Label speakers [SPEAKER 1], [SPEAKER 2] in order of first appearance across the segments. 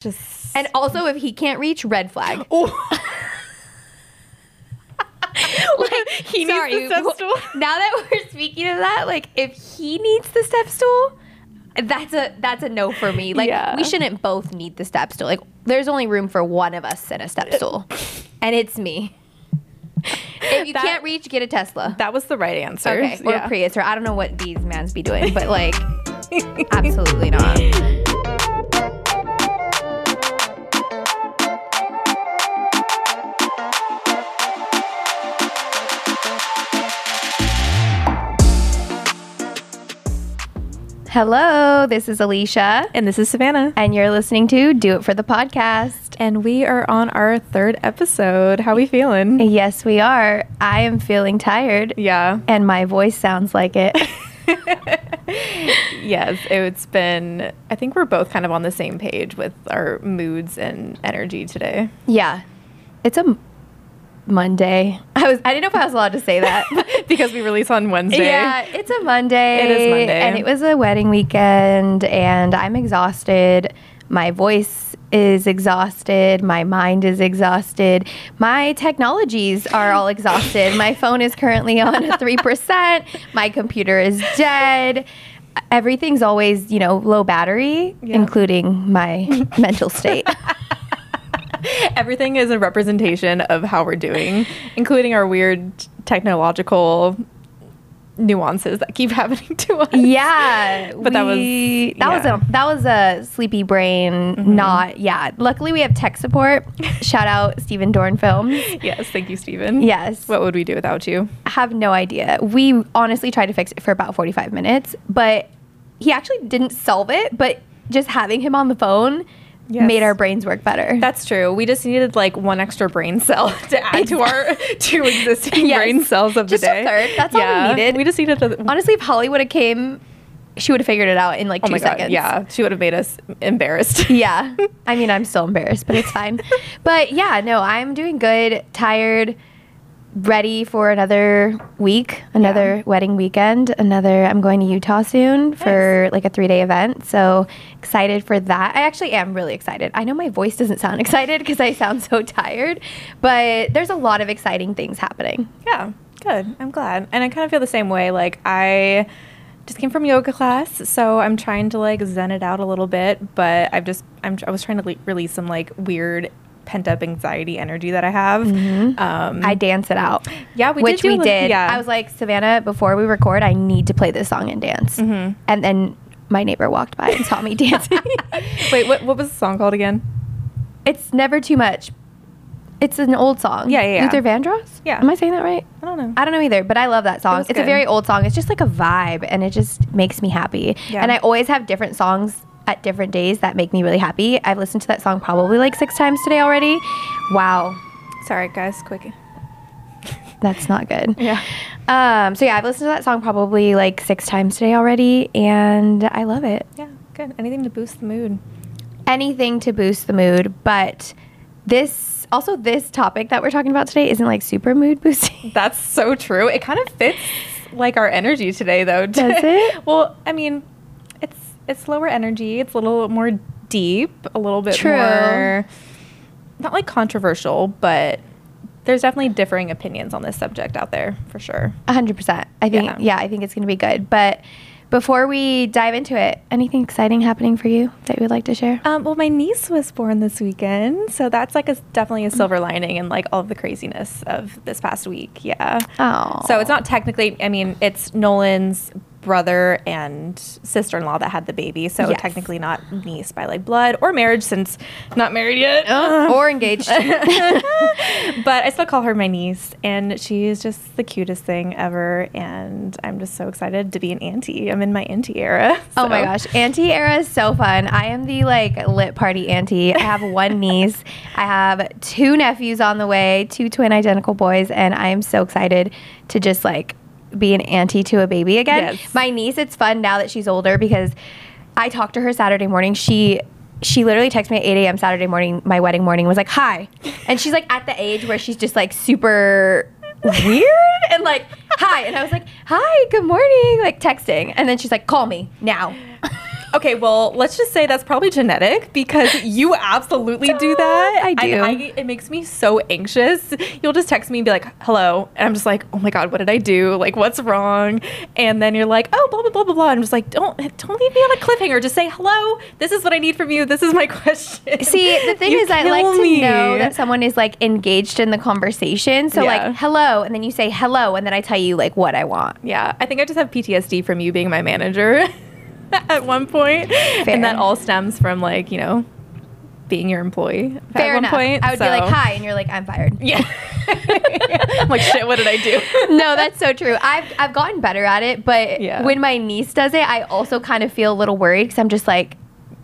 [SPEAKER 1] Just
[SPEAKER 2] And also, if he can't reach, red flag. like he
[SPEAKER 1] needs the step
[SPEAKER 2] wh-
[SPEAKER 1] stool.
[SPEAKER 2] Now that we're speaking of that, like if he needs the step stool, that's a that's a no for me. Like
[SPEAKER 1] Yeah.
[SPEAKER 2] we shouldn't both need the step stool. Like there's only room for one of us in a step stool, and it's me. If you
[SPEAKER 1] That-
[SPEAKER 2] can't reach, get a Tesla.
[SPEAKER 1] that was the right answer.
[SPEAKER 2] Okay, or
[SPEAKER 1] Yeah.
[SPEAKER 2] Prius, or I don't know what these mans be doing, but like, absolutely not. Hello, this is Alicia,
[SPEAKER 1] and this is Savannah.
[SPEAKER 2] and you're listening to Do It for the Podcast.
[SPEAKER 1] And we are on our third episode. How we feeling?
[SPEAKER 2] Yes, we are. I am feeling tired,
[SPEAKER 1] Yeah.
[SPEAKER 2] and my voice sounds like it.
[SPEAKER 1] Yes, it's been I think we're both kind of on the same page with our moods and energy today.
[SPEAKER 2] Yeah. It's a m- Monday. I was I didn't know if I was allowed to say that.
[SPEAKER 1] because we release on Wednesday.
[SPEAKER 2] yeah, it's a Monday.
[SPEAKER 1] It is Monday.
[SPEAKER 2] And it was a wedding weekend and I'm exhausted. My voice is exhausted. My mind is exhausted. My technologies are all exhausted. My phone is currently on 3%. My computer is dead. Everything's always, you know, low battery,
[SPEAKER 1] Yeah.
[SPEAKER 2] including my mental state.
[SPEAKER 1] Everything is a representation of how we're doing, including our weird technological nuances that keep happening to us.
[SPEAKER 2] yeah
[SPEAKER 1] But that was-
[SPEAKER 2] we- that
[SPEAKER 1] yeah. Mm-hmm.
[SPEAKER 2] was a that was a sleepy brain not yeah luckily we have tech support shout out stephen dorn films
[SPEAKER 1] Yes, thank you, Stephen.
[SPEAKER 2] yes
[SPEAKER 1] What would we do without you?
[SPEAKER 2] have no idea we honestly tried to fix it for about 45 minutes but he actually didn't solve it but just having him on the phone
[SPEAKER 1] Yes.
[SPEAKER 2] made our brains work better
[SPEAKER 1] That's true. We just needed like one extra brain cell to add to our two existing
[SPEAKER 2] Yes.
[SPEAKER 1] brain cells of
[SPEAKER 2] Just
[SPEAKER 1] the
[SPEAKER 2] a
[SPEAKER 1] day.
[SPEAKER 2] third. That's all we needed.
[SPEAKER 1] We just needed a,
[SPEAKER 2] honestly if hollywood had came she would have figured it out in like
[SPEAKER 1] oh
[SPEAKER 2] two
[SPEAKER 1] my god,
[SPEAKER 2] seconds
[SPEAKER 1] Yeah, she would have made us embarrassed.
[SPEAKER 2] yeah. I mean, I'm still embarrassed, but it's fine. but yeah, no, I'm doing good, tired, ready for another week, another wedding weekend, another I'm going to Utah soon for like a 3-day event. So, excited for that. I actually am really excited. I know my voice doesn't sound excited because I sound so tired, but there's a lot of exciting things happening.
[SPEAKER 1] Yeah, good. I'm glad. And I kind of feel the same way. Like, I just came from yoga class, so I'm trying to like zen it out a little bit, but I've just, I'm, I was trying to le- release some like weird pent up anxiety energy that I have. Um,
[SPEAKER 2] Mm-hmm. I dance it out.
[SPEAKER 1] Yeah, we did
[SPEAKER 2] which
[SPEAKER 1] do a
[SPEAKER 2] we
[SPEAKER 1] little-
[SPEAKER 2] did.
[SPEAKER 1] yeah.
[SPEAKER 2] I was like Savannah before we record. I need to play this song and dance.
[SPEAKER 1] Mm-hmm.
[SPEAKER 2] And then my neighbor walked by and saw me dancing.
[SPEAKER 1] wait, what, what was the song called again?
[SPEAKER 2] it's never too much. It's an old song.
[SPEAKER 1] Yeah, yeah, yeah.
[SPEAKER 2] Luther Vandross.
[SPEAKER 1] Yeah.
[SPEAKER 2] Am I saying that right?
[SPEAKER 1] I don't know.
[SPEAKER 2] I don't know either, but I love that song.
[SPEAKER 1] was
[SPEAKER 2] It's a
[SPEAKER 1] good.
[SPEAKER 2] very old song. It's just like a vibe, and it just makes me happy.
[SPEAKER 1] Yeah.
[SPEAKER 2] And I always have different songs at different days that make me really happy. I've listened to that song probably like six times today already. Wow,
[SPEAKER 1] Sorry, guys, quick.
[SPEAKER 2] that's not good.
[SPEAKER 1] Yeah.
[SPEAKER 2] Um, so yeah, I've listened to that song probably like six times today already, and I love it.
[SPEAKER 1] Yeah, good. Anything to boost the mood.
[SPEAKER 2] Anything to boost the mood, but this also this topic that we're talking about today isn't like super mood boosting.
[SPEAKER 1] That's so true. It kind of fits like our energy today, though.
[SPEAKER 2] Does it?
[SPEAKER 1] well, I mean, it's it's lower energy. It's a little more deep. A little bit
[SPEAKER 2] True.
[SPEAKER 1] more not like controversial, but there's definitely differing opinions on this subject out there for sure.
[SPEAKER 2] hundred percent. I think
[SPEAKER 1] Yeah.
[SPEAKER 2] yeah. I think it's gonna be good. But before we dive into it, anything exciting happening for you that you would like to share?
[SPEAKER 1] Um, well, my niece was born this weekend, so that's like a definitely a silver lining in like all of the craziness of this past week. Yeah.
[SPEAKER 2] Oh,
[SPEAKER 1] So it's not technically, I mean, it's Nolan's brother and sister in law that had the baby. So
[SPEAKER 2] Yes.
[SPEAKER 1] technically not niece by like blood or marriage since not married yet.
[SPEAKER 2] Oh,
[SPEAKER 1] Um,
[SPEAKER 2] or engaged.
[SPEAKER 1] But I still call her my niece, and she is just the cutest thing ever. And I'm just so excited to be an auntie. I'm in my auntie era.
[SPEAKER 2] Oh my
[SPEAKER 1] so.
[SPEAKER 2] gosh, auntie era is so fun. I am the like lit party auntie. I have one niece. I have two nephews on the way, two twin identical boys, and I am so excited to just like be an auntie to a baby again.
[SPEAKER 1] Yes.
[SPEAKER 2] My niece, it's fun now that she's older because I talked to her Saturday morning. She she literally texted me at 8 a.m. Saturday morning, my wedding morning, was like, hi. And she's like at the age where she's just like super weird and like, hi. And I was like, hi, good morning, like texting. And then she's like, call me now.
[SPEAKER 1] Okay, well, let's just say that's probably genetic because you absolutely do that.
[SPEAKER 2] I do.
[SPEAKER 1] I, it makes me so anxious. You'll just text me and be like, hello. And I'm just like, oh my God, what did I do? Like, what's wrong? And then you're like, oh, blah, blah, blah, blah, blah. I'm just like, don't, don't leave me on a cliffhanger. Just say, hello. This is what I need from you. This is my question.
[SPEAKER 2] See, the thing
[SPEAKER 1] You
[SPEAKER 2] is, I like
[SPEAKER 1] kill
[SPEAKER 2] to
[SPEAKER 1] me.
[SPEAKER 2] know that someone is like engaged in the conversation. So,
[SPEAKER 1] Yeah.
[SPEAKER 2] like, hello, and then you say hello, and then I tell you like what I want.
[SPEAKER 1] Yeah, I think I just have PTSD from you being my manager at one point, and that all stems from like you know being your employee at
[SPEAKER 2] Fair
[SPEAKER 1] one
[SPEAKER 2] enough.
[SPEAKER 1] point.
[SPEAKER 2] I would be
[SPEAKER 1] so-
[SPEAKER 2] like, hi, and you're like, I'm fired.
[SPEAKER 1] Yeah. I'm like, shit. What did I do?
[SPEAKER 2] no, that's so true. I've I've gotten better at it, but
[SPEAKER 1] Yeah.
[SPEAKER 2] when my niece does it, I also kind of feel a little worried because I'm just like,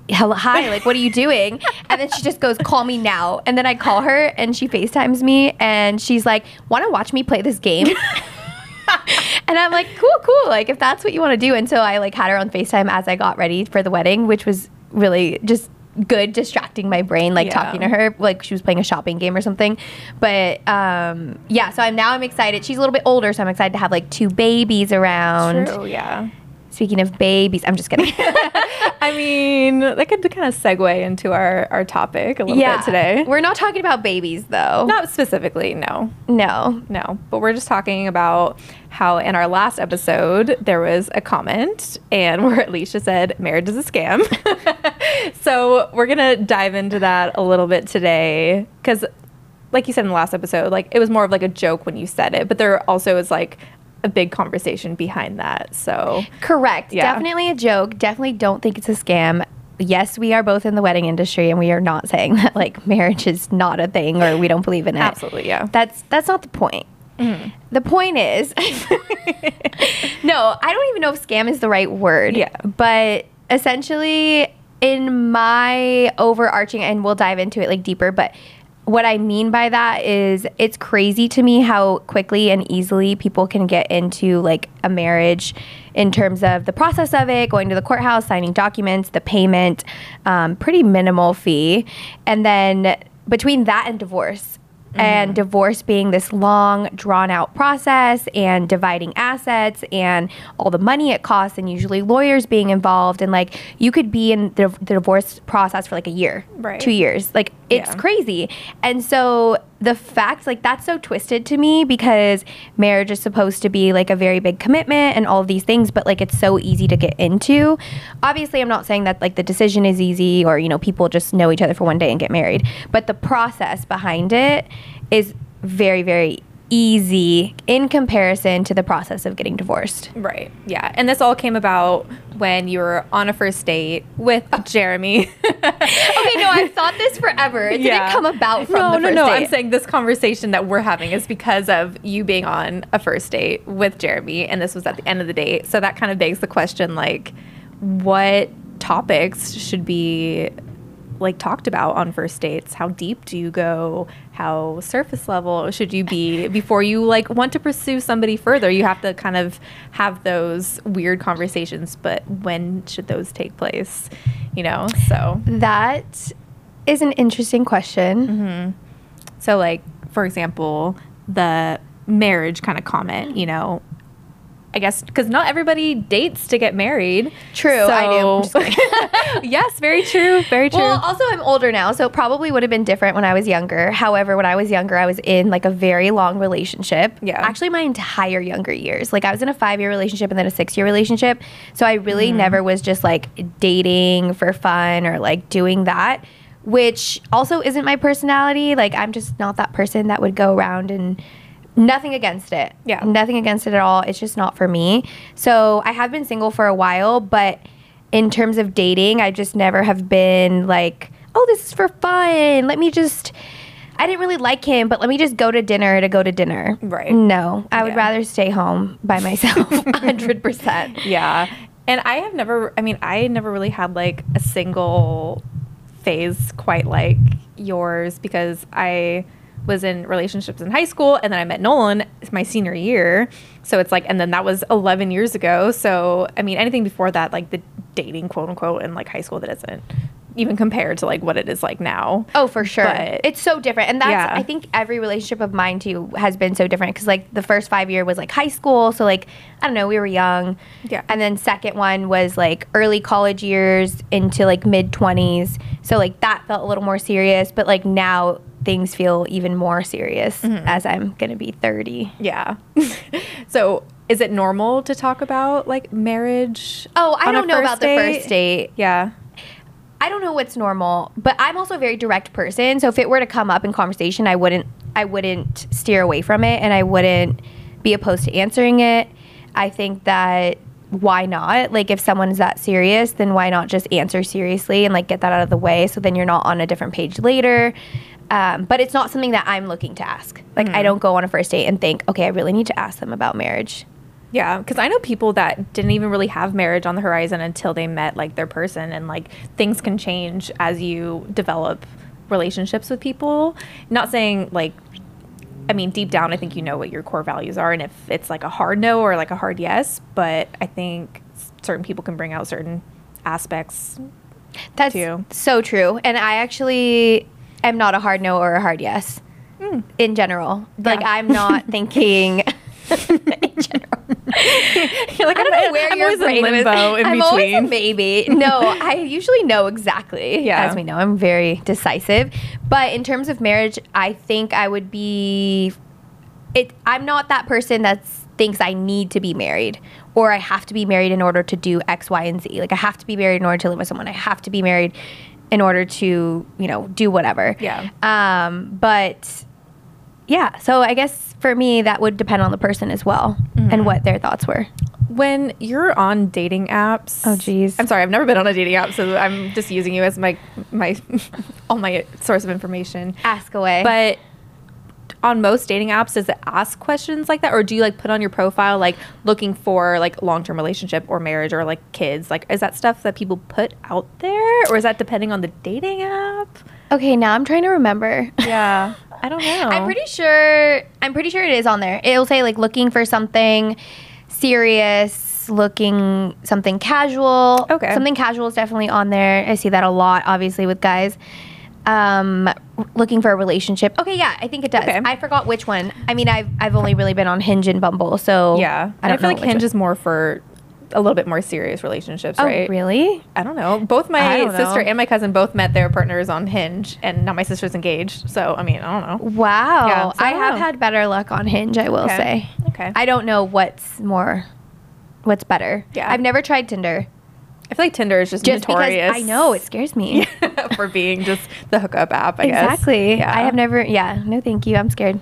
[SPEAKER 2] "Hello, hi, like, what are you doing?" And then she just goes, "Call me now." And then I call her, and she Facetimes me, and she's like, "Want to watch me play this game?" and I'm like, "Cool, cool. Like, if that's what you want to do." And so I like had her on Facetime as I got ready for the wedding, which was really just good distracting my brain like
[SPEAKER 1] Yeah.
[SPEAKER 2] talking to her her like she was playing a shopping game or something but um yeah so i'm now i'm excited she's a little bit older so i'm excited to have like two babies around
[SPEAKER 1] True. Yeah.
[SPEAKER 2] speaking of babies i'm just kidding
[SPEAKER 1] I mean, that could kind of segue into our our topic a little bit today.
[SPEAKER 2] we're not talking about babies though
[SPEAKER 1] Not specifically, no.
[SPEAKER 2] no
[SPEAKER 1] No, but we're just talking about how in our last episode there was a comment and where Alicia said marriage is a scam. so we're gonna dive into that a little bit today because, like you said in the last episode, like it was more of like a joke when you said it, but there also is like a big conversation behind that. So
[SPEAKER 2] correct
[SPEAKER 1] Yeah.
[SPEAKER 2] definitely a joke definitely don't think it's a scam yes we are both in the wedding industry and we are not saying that like marriage is not a thing or we don't believe in it
[SPEAKER 1] absolutely, yeah,
[SPEAKER 2] That's that's not the point. The point is, no, I don't even know if scam is the right word.
[SPEAKER 1] Yeah.
[SPEAKER 2] But essentially, in my overarching, and we'll dive into it like deeper, but what I mean by that is it's crazy to me how quickly and easily people can get into like a marriage in terms of the process of it, going to the courthouse, signing documents, the payment, um, pretty minimal fee. And then between that and divorce, and divorce being this long drawn out process and dividing assets and all the money it costs and usually lawyers being involved and like you could be in the, the divorce process for like a year
[SPEAKER 1] Right.
[SPEAKER 2] two years like it's
[SPEAKER 1] Yeah.
[SPEAKER 2] crazy and so the fact like that's so twisted to me because marriage is supposed to be like a very big commitment and all of these things but like it's so easy to get into obviously i'm not saying that like the decision is easy or you know people just know each other for one day and get married but the process behind it is very very easy in comparison to the process of getting divorced
[SPEAKER 1] right, yeah. And this all came about when you were on a first date with Jeremy.
[SPEAKER 2] okay no i've thought this forever it didn't come about from
[SPEAKER 1] no,
[SPEAKER 2] the
[SPEAKER 1] no, no.
[SPEAKER 2] first date.
[SPEAKER 1] I'm saying this conversation that we're having is because of you being on a first date with Jeremy, and this was at the end of the date. So that kind of begs the question, like, what topics should be like talked about on first dates? How deep do you go? How surface level should you be before you like want to pursue somebody further? You have to kind of have those weird conversations, but when should those take place? You know, so
[SPEAKER 2] That is an interesting question.
[SPEAKER 1] So, like, for example, the marriage kind of comment, you know, I guess because not everybody dates to get married.
[SPEAKER 2] True, I do. I'm just
[SPEAKER 1] So, yes, very true. Very true.
[SPEAKER 2] Well, also I'm older now, so it probably would have been different when I was younger. However, when I was younger, I was in like a very long relationship.
[SPEAKER 1] Yeah.
[SPEAKER 2] Actually, my entire younger years. Like I was in a 5-year relationship and then a 6-year relationship. So I really
[SPEAKER 1] Mm.
[SPEAKER 2] never was just like dating for fun or like doing that, which also isn't my personality. Like I'm just not that person that would go around and nothing against it.
[SPEAKER 1] Yeah.
[SPEAKER 2] Nothing against it at all. It's just not for me. So I have been single for a while, but in terms of dating, I just never have been like, oh, this is for fun. Let me just. I didn't really like him, but let me just go to dinner to go to dinner.
[SPEAKER 1] Right.
[SPEAKER 2] No, I would
[SPEAKER 1] Yeah.
[SPEAKER 2] rather stay home by myself, 100%.
[SPEAKER 1] yeah. And I have never, I mean, I never really had like a single phase quite like yours because I was in relationships in high school and then I met Nolan my senior year. So it's like, and then that was 11 years ago. So, I mean, anything before that, like the dating quote unquote in like high school that isn't even compared to like what it is like now.
[SPEAKER 2] Oh, for sure.
[SPEAKER 1] But-
[SPEAKER 2] it's so different. And that's,
[SPEAKER 1] Yeah.
[SPEAKER 2] I think every relationship of mine too has been so different because, like, the first five year was like high school. So, like, I don't know, we were young.
[SPEAKER 1] Yeah.
[SPEAKER 2] And then second one was like early college years into like mid 20s. So, like, that felt a little more serious. But, like, now things feel even more serious
[SPEAKER 1] Mm-hmm.
[SPEAKER 2] as I'm going to be 30.
[SPEAKER 1] Yeah. so is it normal to talk about like marriage?
[SPEAKER 2] Oh, I
[SPEAKER 1] on a
[SPEAKER 2] don't know
[SPEAKER 1] first
[SPEAKER 2] about the first date.
[SPEAKER 1] Yeah.
[SPEAKER 2] I don't know what's normal, but I'm also a very direct person. So if it were to come up in conversation, I wouldn't I wouldn't steer away from it and I wouldn't be opposed to answering it. I think that why not? Like if someone's that serious, then why not just answer seriously and like get that out of the way so then you're not on a different page later. Um, but it's not something that I'm looking to ask. Like I don't go on a first date and think, okay, I really need to ask them about marriage.
[SPEAKER 1] Yeah, because I know people that didn't even really have marriage on the horizon until they met like their person, and like things can change as you develop relationships with people. Not saying like, I mean, deep down, I think you know what your core values are, and if it's like a hard no or like a hard yes, but I think s- certain people can bring out certain aspects.
[SPEAKER 2] That's
[SPEAKER 1] too.
[SPEAKER 2] so true. And I actually am not a hard no or a hard yes in general. Like,
[SPEAKER 1] Hmm. Yeah.
[SPEAKER 2] I'm not thinking. in general,
[SPEAKER 1] You're like,
[SPEAKER 2] I don't know where
[SPEAKER 1] I'm
[SPEAKER 2] your
[SPEAKER 1] always
[SPEAKER 2] brain
[SPEAKER 1] in limbo
[SPEAKER 2] was.
[SPEAKER 1] in
[SPEAKER 2] I'm always
[SPEAKER 1] between.
[SPEAKER 2] a maybe. No, I usually know exactly.
[SPEAKER 1] Yeah.
[SPEAKER 2] as we know, I'm very decisive. But in terms of marriage, I think I would be. It. I'm not that person that thinks I need to be married or I have to be married in order to do X, Y, and Z. Like I have to be married in order to live with someone. I have to be married in order to you know do whatever.
[SPEAKER 1] Yeah.
[SPEAKER 2] Um. But yeah. So I guess for me that would depend on the person as well and what their thoughts were.
[SPEAKER 1] When you're on dating apps,
[SPEAKER 2] Oh, geez.
[SPEAKER 1] I'm sorry, I've never been on a dating app, so I'm just using you as my my all my source of information.
[SPEAKER 2] Ask away.
[SPEAKER 1] But on most dating apps, does it ask questions like that, or do you like put on your profile like looking for like long term relationship or marriage or like kids? Like, is that stuff that people put out there, or is that depending on the dating app?
[SPEAKER 2] okay, now I'm trying to remember.
[SPEAKER 1] Yeah, I don't know.
[SPEAKER 2] I'm pretty sure. I'm pretty sure it is on there. It'll say like looking for something serious, looking something casual.
[SPEAKER 1] Okay.
[SPEAKER 2] Something casual is definitely on there. I see that a lot, obviously, with guys. Um, looking for a relationship. Okay, yeah, I think it does.
[SPEAKER 1] Okay.
[SPEAKER 2] I forgot which one. I mean, I've I've only really been on Hinge and Bumble, so
[SPEAKER 1] yeah.
[SPEAKER 2] I
[SPEAKER 1] And I,
[SPEAKER 2] don't
[SPEAKER 1] feel like
[SPEAKER 2] know which
[SPEAKER 1] Hinge
[SPEAKER 2] one.
[SPEAKER 1] is more for a little bit more serious relationships,
[SPEAKER 2] Oh,
[SPEAKER 1] right?
[SPEAKER 2] really?
[SPEAKER 1] I don't know. Both
[SPEAKER 2] I
[SPEAKER 1] my
[SPEAKER 2] don't
[SPEAKER 1] sister
[SPEAKER 2] know.
[SPEAKER 1] and my cousin both met their partners on Hinge, and now my sister's engaged. So I mean, I don't know.
[SPEAKER 2] Wow.
[SPEAKER 1] Yeah, so I
[SPEAKER 2] I
[SPEAKER 1] don't
[SPEAKER 2] have
[SPEAKER 1] know.
[SPEAKER 2] had better luck on Hinge, I will
[SPEAKER 1] Okay.
[SPEAKER 2] say.
[SPEAKER 1] Okay.
[SPEAKER 2] I don't know what's more what's better.
[SPEAKER 1] Yeah.
[SPEAKER 2] I've never tried Tinder.
[SPEAKER 1] I feel like Tinder is just,
[SPEAKER 2] Just
[SPEAKER 1] notorious.
[SPEAKER 2] because I know it scares me.
[SPEAKER 1] for being just the hookup app. I
[SPEAKER 2] exactly.
[SPEAKER 1] guess.
[SPEAKER 2] I have never yeah, no thank you. I'm scared.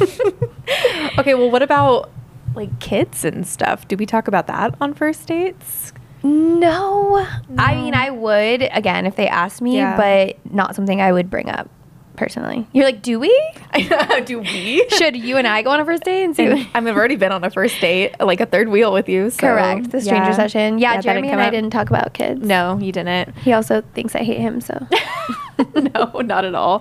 [SPEAKER 1] never. okay. Well, what about like kids and stuff? Do we talk about that on first dates?
[SPEAKER 2] no. I mean I would again if they asked me,
[SPEAKER 1] Yeah.
[SPEAKER 2] but not something I would bring up personally. You're like, do we?
[SPEAKER 1] Do we?
[SPEAKER 2] Should you and I go on a first date and see
[SPEAKER 1] I mean, I've already been on a first date, like a third wheel with you. So,
[SPEAKER 2] Correct. The stranger
[SPEAKER 1] yeah.
[SPEAKER 2] session. Yeah,
[SPEAKER 1] that didn't
[SPEAKER 2] Jeremy
[SPEAKER 1] come
[SPEAKER 2] and I
[SPEAKER 1] up.
[SPEAKER 2] didn't talk about kids.
[SPEAKER 1] No, you didn't.
[SPEAKER 2] He also thinks I hate him, so
[SPEAKER 1] no, not at all.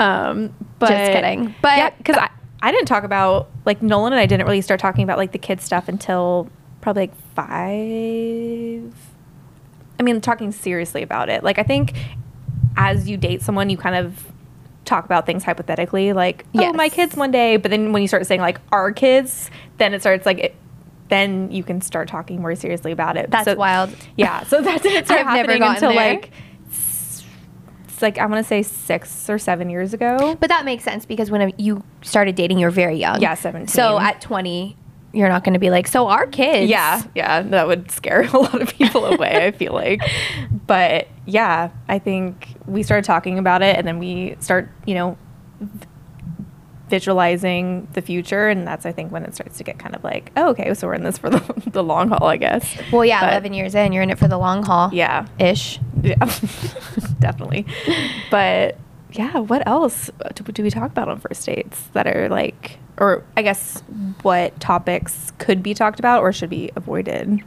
[SPEAKER 1] Um, but
[SPEAKER 2] Just kidding. But-
[SPEAKER 1] yeah, because I, I didn't talk about like Nolan and I didn't really start talking about like the kids stuff until probably like five. I mean, talking seriously about it. Like I think as you date someone, you kind of talk about things hypothetically, like oh
[SPEAKER 2] Yes.
[SPEAKER 1] my kids one day. But then when you start saying like our kids, then it starts like it. Then you can start talking more seriously about it.
[SPEAKER 2] That's
[SPEAKER 1] So-
[SPEAKER 2] wild.
[SPEAKER 1] Yeah, so that didn't start
[SPEAKER 2] I've never
[SPEAKER 1] happening
[SPEAKER 2] gotten
[SPEAKER 1] until
[SPEAKER 2] there.
[SPEAKER 1] like it's like I want to say six or seven years ago.
[SPEAKER 2] But that makes sense because when you started dating, you're very young.
[SPEAKER 1] Yeah, 17.
[SPEAKER 2] So at 20, you're not going to be like, so our kids.
[SPEAKER 1] Yeah, yeah, that would scare a lot of people away. I feel like, but yeah, I think we started talking about it, and then we start, you know, v- visualizing the future, and that's I think when it starts to get kind of like, oh, okay, so we're in this for the, the long haul, I guess.
[SPEAKER 2] Well, yeah,
[SPEAKER 1] But-
[SPEAKER 2] 11 years in, you're in it for the long haul.
[SPEAKER 1] Yeah,
[SPEAKER 2] Ish.
[SPEAKER 1] yeah, definitely. But yeah, what else do, do we talk about on first dates that are like, or I guess what topics could be talked about or should be avoided?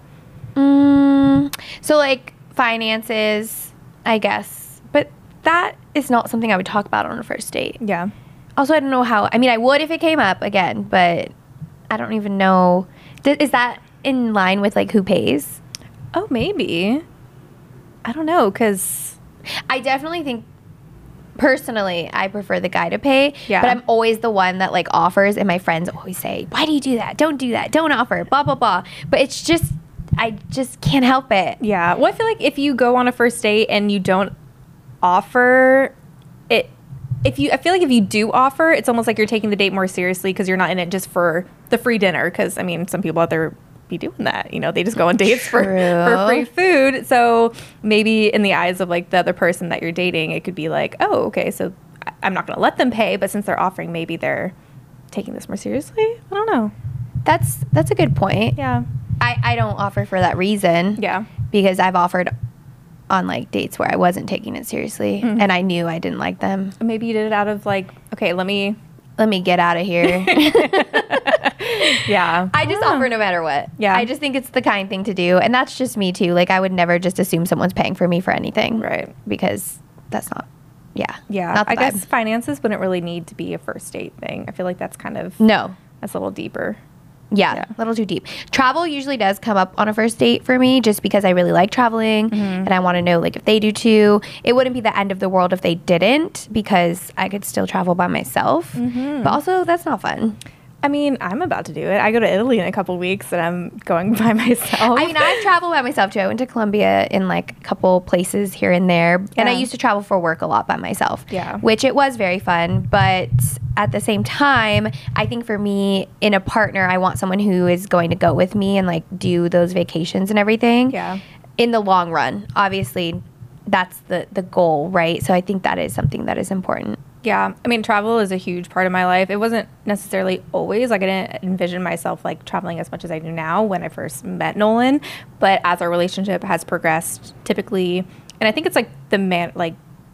[SPEAKER 2] Mm, so, like, finances, I guess. But that is not something I would talk about on a first date.
[SPEAKER 1] Yeah.
[SPEAKER 2] Also, I don't know how. I mean, I would if it came up again, but I don't even know. Th- is that in line with, like, who pays?
[SPEAKER 1] Oh, maybe. I don't know, because
[SPEAKER 2] I definitely think personally I prefer the guy to pay.
[SPEAKER 1] Yeah.
[SPEAKER 2] But I'm always the one that like offers and my friends always say, Why do you do that? Don't do that. Don't offer. Blah blah blah. But it's just I just can't help it.
[SPEAKER 1] Yeah. Well, I feel like if you go on a first date and you don't offer it, if you, I feel like if you do offer, it's almost like you're taking the date more seriously because you're not in it just for the free dinner. Because I mean, some people out there be doing that. You know, they just go on dates for, for
[SPEAKER 2] True.
[SPEAKER 1] free food. So maybe in the eyes of like the other person that you're dating, it could be like, oh, okay, so I- I'm not going to let them pay, but since they're offering, maybe they're taking this more seriously. I don't know.
[SPEAKER 2] That's that's a good point.
[SPEAKER 1] Yeah.
[SPEAKER 2] I, I don't offer for that reason.
[SPEAKER 1] Yeah.
[SPEAKER 2] Because I've offered on like dates where I wasn't taking it seriously
[SPEAKER 1] Mm-hmm.
[SPEAKER 2] and I knew I didn't like them.
[SPEAKER 1] Maybe you did it out of like, okay, let me.
[SPEAKER 2] Let me get out of here.
[SPEAKER 1] Yeah.
[SPEAKER 2] I just
[SPEAKER 1] don't know.
[SPEAKER 2] offer no matter what.
[SPEAKER 1] Yeah.
[SPEAKER 2] I just think it's the kind thing to do. And that's just me too. Like I would never just assume someone's paying for me for anything.
[SPEAKER 1] Right.
[SPEAKER 2] Because that's not yeah.
[SPEAKER 1] Yeah,
[SPEAKER 2] Not the
[SPEAKER 1] I
[SPEAKER 2] vibe.
[SPEAKER 1] guess finances wouldn't really need to be a first date thing. I feel like that's kind of
[SPEAKER 2] No.
[SPEAKER 1] that's a little deeper.
[SPEAKER 2] Yeah,
[SPEAKER 1] Yeah.
[SPEAKER 2] a little too deep. Travel usually does come up on a first date for me just because I really like traveling
[SPEAKER 1] Mm-hmm.
[SPEAKER 2] and I want to know like if they do too. It wouldn't be the end of the world if they didn't because I could still travel by myself.
[SPEAKER 1] Mm-hmm.
[SPEAKER 2] But also that's not fun.
[SPEAKER 1] I mean, I'm about to do it. I go to Italy in a couple weeks, and I'm going by myself.
[SPEAKER 2] I mean, I've traveled by myself too. I went to Colombia in like a couple places here and there, and I
[SPEAKER 1] Yeah.
[SPEAKER 2] used to travel for work a lot by myself.
[SPEAKER 1] Yeah.
[SPEAKER 2] which it was very fun, but at the same time, I think for me in a partner, I want someone who is going to go with me and like do those vacations and everything.
[SPEAKER 1] Yeah.
[SPEAKER 2] in the long run, obviously, that's the the goal, right? So I think that is something that is important.
[SPEAKER 1] yeah, I mean, travel is a huge part of my life. It wasn't necessarily always like I didn't envision myself like traveling as much as I do now when I first met Nolan, but as our relationship has progressed, typically, and I think it's like the man like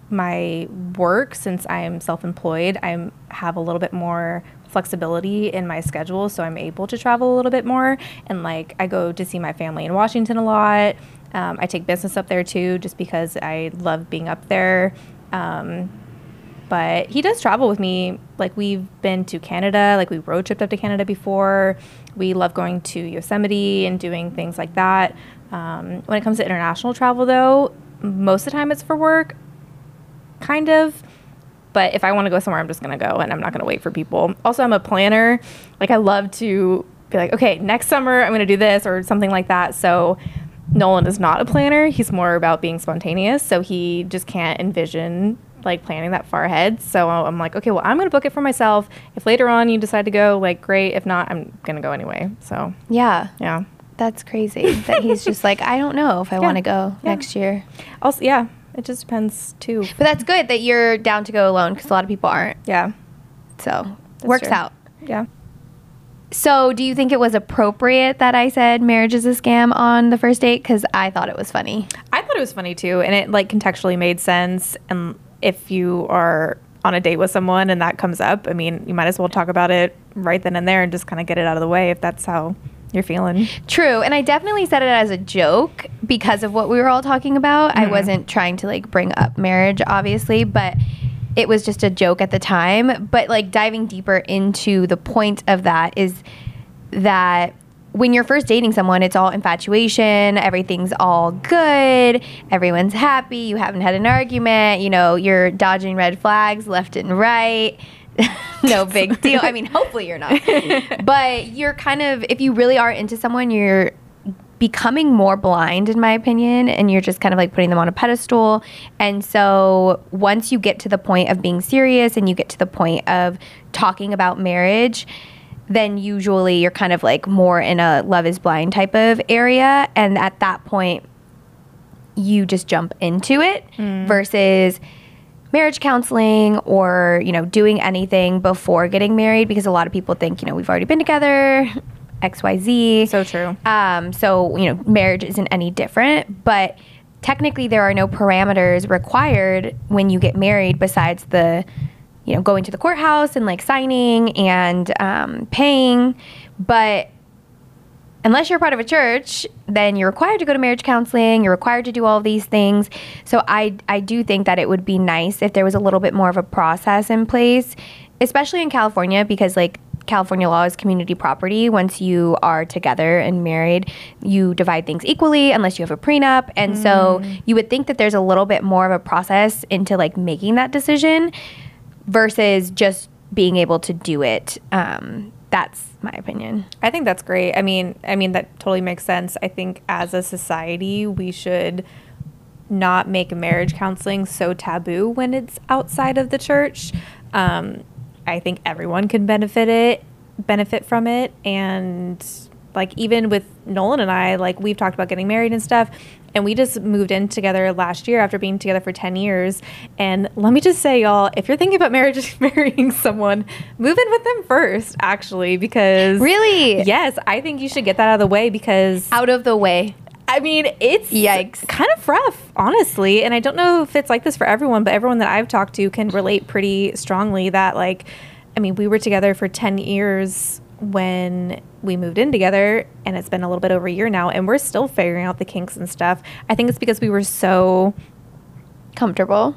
[SPEAKER 1] my work since I'm self-employed, I'm have a little bit more flexibility in my schedule so i'm able to travel a little bit more and like i go to see my family in washington a lot um, i take business up there too just because i love being up there um, but he does travel with me like we've been to canada like we road tripped up to canada before we love going to yosemite and doing things like that um, when it comes to international travel though most of the time it's for work kind of. But if I want to go somewhere, I'm just going to go and I'm not going to wait for people. Also, I'm a planner. Like, I love to be like, okay, next summer I'm going to do this or something like that. So, Nolan is not a planner. He's more about being spontaneous. So, he just can't envision like planning that far ahead. So, I'm like, okay, well, I'm going to book it for myself. If later on you decide to go, like, great. If not, I'm going to go anyway. So,
[SPEAKER 2] Yeah,
[SPEAKER 1] yeah.
[SPEAKER 2] that's crazy that he's just like I don't know if I want to go
[SPEAKER 1] Yeah.
[SPEAKER 2] next year.
[SPEAKER 1] Also, yeah, it just depends too.
[SPEAKER 2] But that's good that you're down to go alone because a lot of people aren't.
[SPEAKER 1] Yeah.
[SPEAKER 2] So works
[SPEAKER 1] true.
[SPEAKER 2] out.
[SPEAKER 1] Yeah.
[SPEAKER 2] So do you think it was appropriate that I said marriage is a scam on the first date? Because I thought it was funny.
[SPEAKER 1] I thought it was funny too, and it like contextually made sense. And if you are on a date with someone and that comes up, I mean, you might as well talk about it right then and there and just kind of get it out of the way if that's how you're feeling.
[SPEAKER 2] True, and I definitely said it as a joke because of what we were all talking about. I wasn't trying to like bring up marriage, obviously, but it was just a joke at the time. But like diving deeper into the point of that is that when you're first dating someone, it's all infatuation, everything's all good, everyone's happy, you haven't had an argument, you know, you're dodging red flags left and right. no big deal. I mean, hopefully you're not. but you're kind of, if you really are into someone, you're becoming more blind, in my opinion, and you're just kind of like putting them on a pedestal. And so once you get to the point of being serious and you get to the point of talking about marriage, then usually you're kind of like more in a love is blind type of area. And at that point, you just jump into it versus marriage counseling or you know doing anything before getting married because a lot of people think you know we've already been together xyz
[SPEAKER 1] So true.
[SPEAKER 2] um, so you know marriage isn't any different but technically there are no parameters required when you get married besides the you know going to the courthouse and like signing and um, paying but unless you're part of a church, then you're required to go to marriage counseling. You're required to do all these things. So I I do think that it would be nice if there was a little bit more of a process in place, especially in California, because like California law is community property. Once you are together and married, you divide things equally unless you have a prenup. And so you would think that there's a little bit more of a process into like making that decision versus just being able to do it. Um, that's my opinion.
[SPEAKER 1] I think that's great. I mean, I mean that totally makes sense. I think as a society, we should not make marriage counseling so taboo when it's outside of the church. Um, I think everyone can benefit it, benefit from it, and like even with Nolan and I, like we've talked about getting married and stuff, and we just moved in together last year after being together for ten years. And let me just say, y'all, if you're thinking about marriage, marrying someone, move in with them first, actually, because
[SPEAKER 2] Really?
[SPEAKER 1] yes, I think you should get that out of the way because
[SPEAKER 2] Out of the way.
[SPEAKER 1] I mean, it's
[SPEAKER 2] Yikes.
[SPEAKER 1] kind of rough, honestly. And I don't know if it's like this for everyone, but everyone that I've talked to can relate pretty strongly that, like, I mean, we were together for 10 years when we moved in together, and it's been a little bit over a year now, and we're still figuring out the kinks and stuff. I think it's because we were so,
[SPEAKER 2] Comfortable.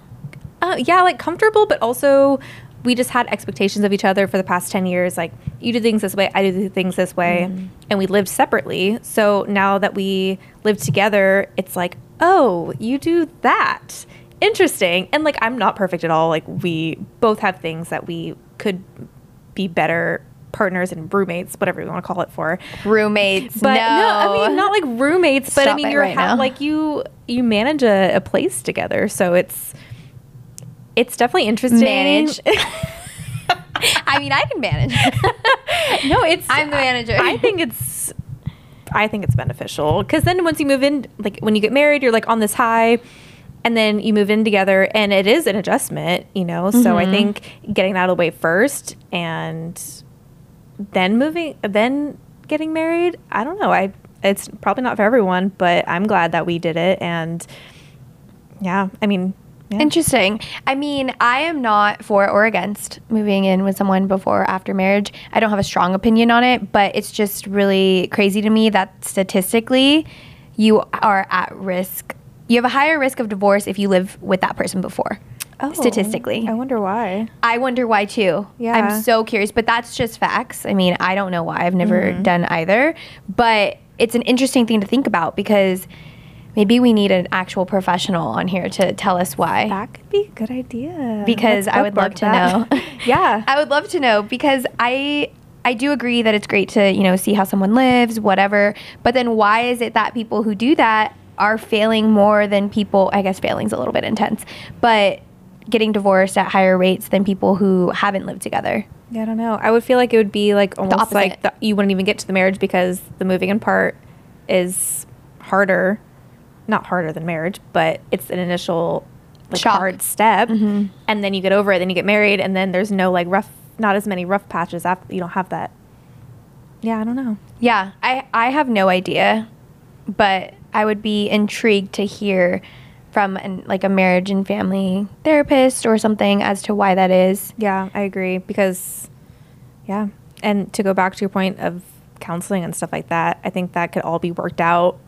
[SPEAKER 1] uh, yeah, like comfortable, but also we just had expectations of each other for the past 10 years. Like, you do things this way, I do things this way. And we lived separately. So now that we live together, it's like, oh, you do that. Interesting. And like, I'm not perfect at all. Like, we both have things that we could be better partners and roommates, whatever you want to call it for.
[SPEAKER 2] Roommates.
[SPEAKER 1] But no, I mean not like roommates, but I
[SPEAKER 2] Stop
[SPEAKER 1] mean
[SPEAKER 2] it
[SPEAKER 1] you're
[SPEAKER 2] right
[SPEAKER 1] ha-
[SPEAKER 2] now.
[SPEAKER 1] like you you manage a, a place together, so it's it's definitely interesting.
[SPEAKER 2] Manage. I mean, I can manage.
[SPEAKER 1] no, it's
[SPEAKER 2] I'm the manager.
[SPEAKER 1] I think it's I think it's beneficial because then once you move in, like when you get married, you're like on this high, and then you move in together, and it is an adjustment, you know. So
[SPEAKER 2] Mm-hmm.
[SPEAKER 1] I think getting that out of the way first, and then moving, then getting married. I don't know. I it's probably not for everyone, but I'm glad that we did it, and yeah, I mean, yeah.
[SPEAKER 2] Interesting. I mean, I am not for or against moving in with someone before or after marriage. I don't have a strong opinion on it, but it's just really crazy to me that statistically you are at risk. You have a higher risk of divorce if you live with that person before. statistically.
[SPEAKER 1] Oh, I wonder why.
[SPEAKER 2] I wonder why too.
[SPEAKER 1] Yeah.
[SPEAKER 2] I'm so curious, but that's just facts. I mean, I don't know why. I've never done either, but it's an interesting thing to think about because maybe we need an actual professional on here to tell us why.
[SPEAKER 1] That could be a good idea.
[SPEAKER 2] Because
[SPEAKER 1] Let's
[SPEAKER 2] I would
[SPEAKER 1] bookmark that.
[SPEAKER 2] love to know.
[SPEAKER 1] yeah.
[SPEAKER 2] I would love to know because I I do agree that it's great to, you know, see how someone lives, whatever. But then why is it that people who do that are failing more than people I guess failing's a little bit intense, but getting divorced at higher rates than people who haven't lived together.
[SPEAKER 1] Yeah, I don't know. I would feel like it would be like almost
[SPEAKER 2] opposite.
[SPEAKER 1] like the, you wouldn't even get to the marriage because the moving in part is harder, not harder than marriage, but it's an initial like
[SPEAKER 2] Shock. Mm-hmm.
[SPEAKER 1] hard step, and then you get over it, then you get married, and then there's no like rough, not as many rough patches after you don't have that. Yeah, I don't know.
[SPEAKER 2] Yeah, I, I have no idea, but I would be intrigued to hear from an, like a marriage and family therapist or something as to why that is.
[SPEAKER 1] Yeah, I agree because yeah, and to go back to your point of counseling and stuff like that, I think that could all be worked out.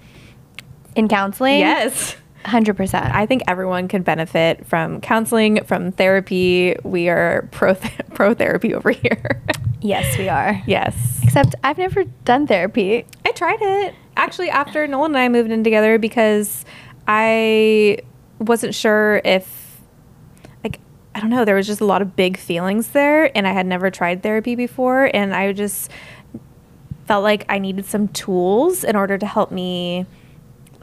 [SPEAKER 2] In counseling?
[SPEAKER 1] Yes.
[SPEAKER 2] 100%.
[SPEAKER 1] I think everyone can benefit from counseling, from therapy. We are pro pro therapy over here.
[SPEAKER 2] Yes, we are.
[SPEAKER 1] yes.
[SPEAKER 2] Except I've never done therapy.
[SPEAKER 1] I tried it actually after Nolan and I moved in together because I wasn't sure if like I don't know there was just a lot of big feelings there and I had never tried therapy before and I just felt like I needed some tools in order to help me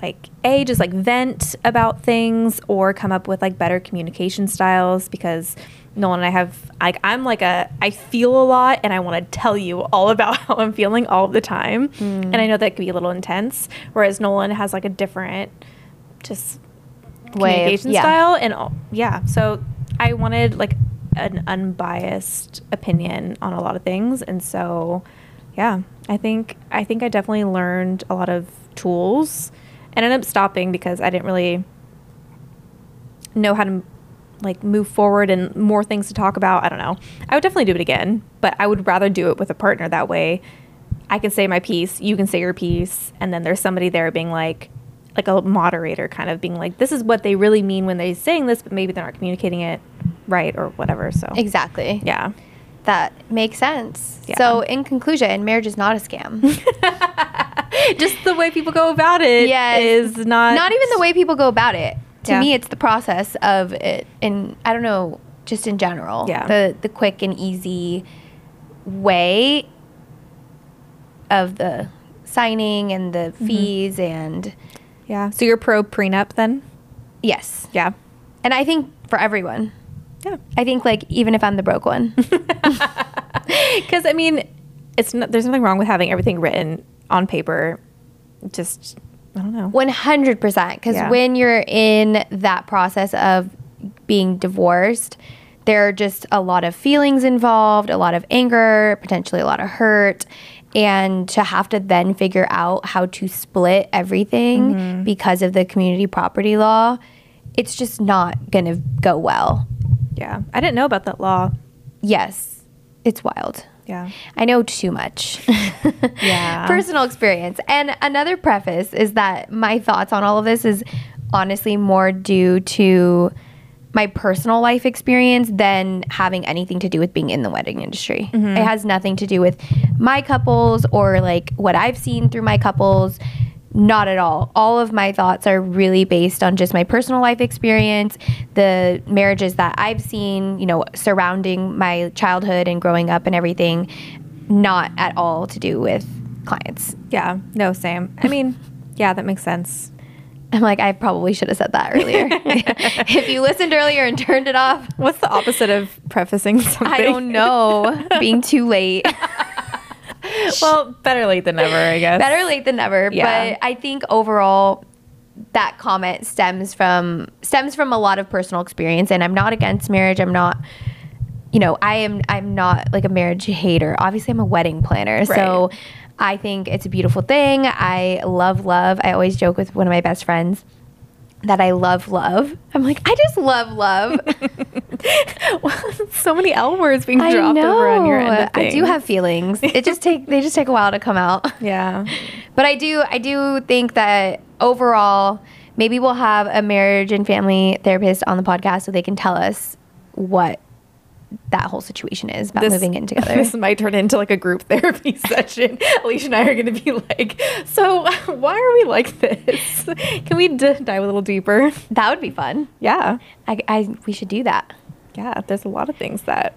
[SPEAKER 1] like a just like vent about things or come up with like better communication styles because Nolan and I have like I'm like a I feel a lot and I want to tell you all about how I'm feeling all the time and I know that can be a little intense whereas Nolan has like a different just
[SPEAKER 2] Way of-
[SPEAKER 1] communication
[SPEAKER 2] yeah.
[SPEAKER 1] style and all, yeah so I wanted like an unbiased opinion on a lot of things and so yeah I think I think I definitely learned a lot of tools and ended up stopping because I didn't really know how to like move forward and more things to talk about I don't know I would definitely do it again but I would rather do it with a partner that way I can say my piece you can say your piece and then there's somebody there being like like a moderator kind of being like this is what they really mean when they're saying this but maybe they're not communicating it right or whatever so
[SPEAKER 2] Exactly.
[SPEAKER 1] yeah
[SPEAKER 2] that makes sense.
[SPEAKER 1] Yeah.
[SPEAKER 2] So, in conclusion, marriage is not a scam.
[SPEAKER 1] Just the way people go about it
[SPEAKER 2] Yeah.
[SPEAKER 1] is not
[SPEAKER 2] not even the way people go about it. To
[SPEAKER 1] Yeah.
[SPEAKER 2] me, it's the process of it, and I don't know, just in general,
[SPEAKER 1] Yeah.
[SPEAKER 2] the the quick and easy way of the signing and the
[SPEAKER 1] Mm-hmm.
[SPEAKER 2] fees and
[SPEAKER 1] Yeah. So you're pro prenup then?
[SPEAKER 2] yes,
[SPEAKER 1] Yeah.
[SPEAKER 2] and I think for everyone,
[SPEAKER 1] Yeah.
[SPEAKER 2] I think like even if I'm the broke one,
[SPEAKER 1] Because I mean, it's not, there's nothing wrong with having everything written on paper. Just I don't know.
[SPEAKER 2] One hundred percent. Because
[SPEAKER 1] Yeah.
[SPEAKER 2] when you're in that process of being divorced, there are just a lot of feelings involved, a lot of anger, potentially a lot of hurt, and to have to then figure out how to split everything
[SPEAKER 1] Mm-hmm.
[SPEAKER 2] because of the community property law, it's just not going to go well.
[SPEAKER 1] Yeah. I didn't know about that law.
[SPEAKER 2] Yes, it's wild.
[SPEAKER 1] Yeah.
[SPEAKER 2] I know too much.
[SPEAKER 1] Yeah.
[SPEAKER 2] Personal experience. And another preface is that my thoughts on all of this is honestly more due to my personal life experience than having anything to do with being in the wedding industry. It has nothing to do with my couples or like what I've seen through my couples. Not at all. All of my thoughts are really based on just my personal life experience, the marriages that I've seen, you know, surrounding my childhood and growing up and everything, not at all to do with clients.
[SPEAKER 1] Yeah. No, same. I mean, yeah, that makes sense.
[SPEAKER 2] I'm like, I probably should have said that earlier. if you listened earlier and turned it off,
[SPEAKER 1] What's the opposite of prefacing something?
[SPEAKER 2] I don't know. Being too late.
[SPEAKER 1] well, better late than never, I guess.
[SPEAKER 2] better late than never
[SPEAKER 1] Yeah.
[SPEAKER 2] but i think overall that comment stems from stems from a lot of personal experience and i'm not against marriage i'm not you know i am i'm not like a marriage hater obviously i'm a wedding planner so i think it's a beautiful thing i love love i always joke with one of my best friends that i love love i'm like i just love love
[SPEAKER 1] so many L words being
[SPEAKER 2] i
[SPEAKER 1] dropped
[SPEAKER 2] know
[SPEAKER 1] over on your end. Of
[SPEAKER 2] i do
[SPEAKER 1] things.
[SPEAKER 2] have feelings it just take they just take a while to come out
[SPEAKER 1] Yeah.
[SPEAKER 2] But I do I do think that overall maybe we'll have a marriage and family therapist on the podcast so they can tell us what that whole situation is about moving in together.
[SPEAKER 1] This might turn into like a group therapy session. Alicia and I are going to be like, so why are we like this? Can we d- dive a little deeper?
[SPEAKER 2] that would be fun.
[SPEAKER 1] Yeah.
[SPEAKER 2] I, I we should do that.
[SPEAKER 1] Yeah. There's a lot of things that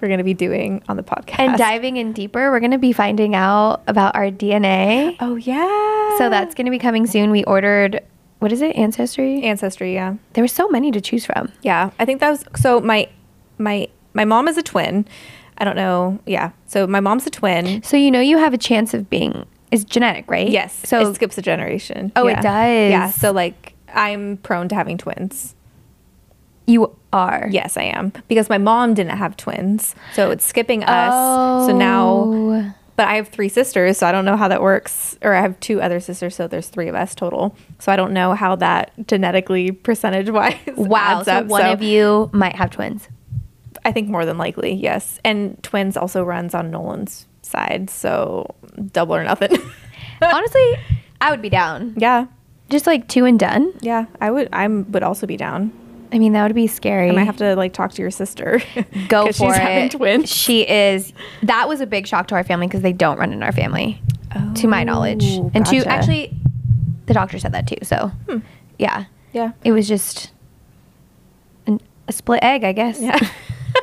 [SPEAKER 1] we're going to be doing on the podcast.
[SPEAKER 2] And diving in deeper, we're going to be finding out about our DNA.
[SPEAKER 1] Oh, yeah.
[SPEAKER 2] So that's going to be coming soon. We ordered what is it? Ancestry?
[SPEAKER 1] ancestry. Yeah.
[SPEAKER 2] There were so many to choose from.
[SPEAKER 1] Yeah, I think that was so. My my my mom is a twin. I don't know. Yeah, so my mom's a twin.
[SPEAKER 2] So you know you have a chance of being is genetic, right?
[SPEAKER 1] Yes,
[SPEAKER 2] So
[SPEAKER 1] so it skips a generation.
[SPEAKER 2] Oh, it
[SPEAKER 1] Yeah.
[SPEAKER 2] does.
[SPEAKER 1] Yeah, so like I'm prone to having twins.
[SPEAKER 2] you are.
[SPEAKER 1] Yes, I am because my mom didn't have twins, so it's skipping us. So now,
[SPEAKER 2] Oh.
[SPEAKER 1] but I have three sisters, so I don't know how that works. Or I have two other sisters, so there's three of us total. So I don't know how that genetically percentage wise.
[SPEAKER 2] Wow. So one of you might have twins.
[SPEAKER 1] I think more than likely, yes. And twins also runs on Nolan's side, so double or nothing.
[SPEAKER 2] Honestly, I would be down.
[SPEAKER 1] yeah,
[SPEAKER 2] Just like two and done.
[SPEAKER 1] yeah. I would. I would also be down.
[SPEAKER 2] I mean, that would be scary.
[SPEAKER 1] I might have to like talk to your sister.
[SPEAKER 2] go
[SPEAKER 1] 'Cause
[SPEAKER 2] for
[SPEAKER 1] she's
[SPEAKER 2] it.
[SPEAKER 1] Having twins.
[SPEAKER 2] She is. That was a big shock to our family because they don't run in our family, to my knowledge.
[SPEAKER 1] Oh,
[SPEAKER 2] And to
[SPEAKER 1] gotcha. Hmm.
[SPEAKER 2] actually, hmm. the doctor said that too. So, yeah,
[SPEAKER 1] Yeah.
[SPEAKER 2] it was just an, a split egg, I guess.
[SPEAKER 1] Yeah.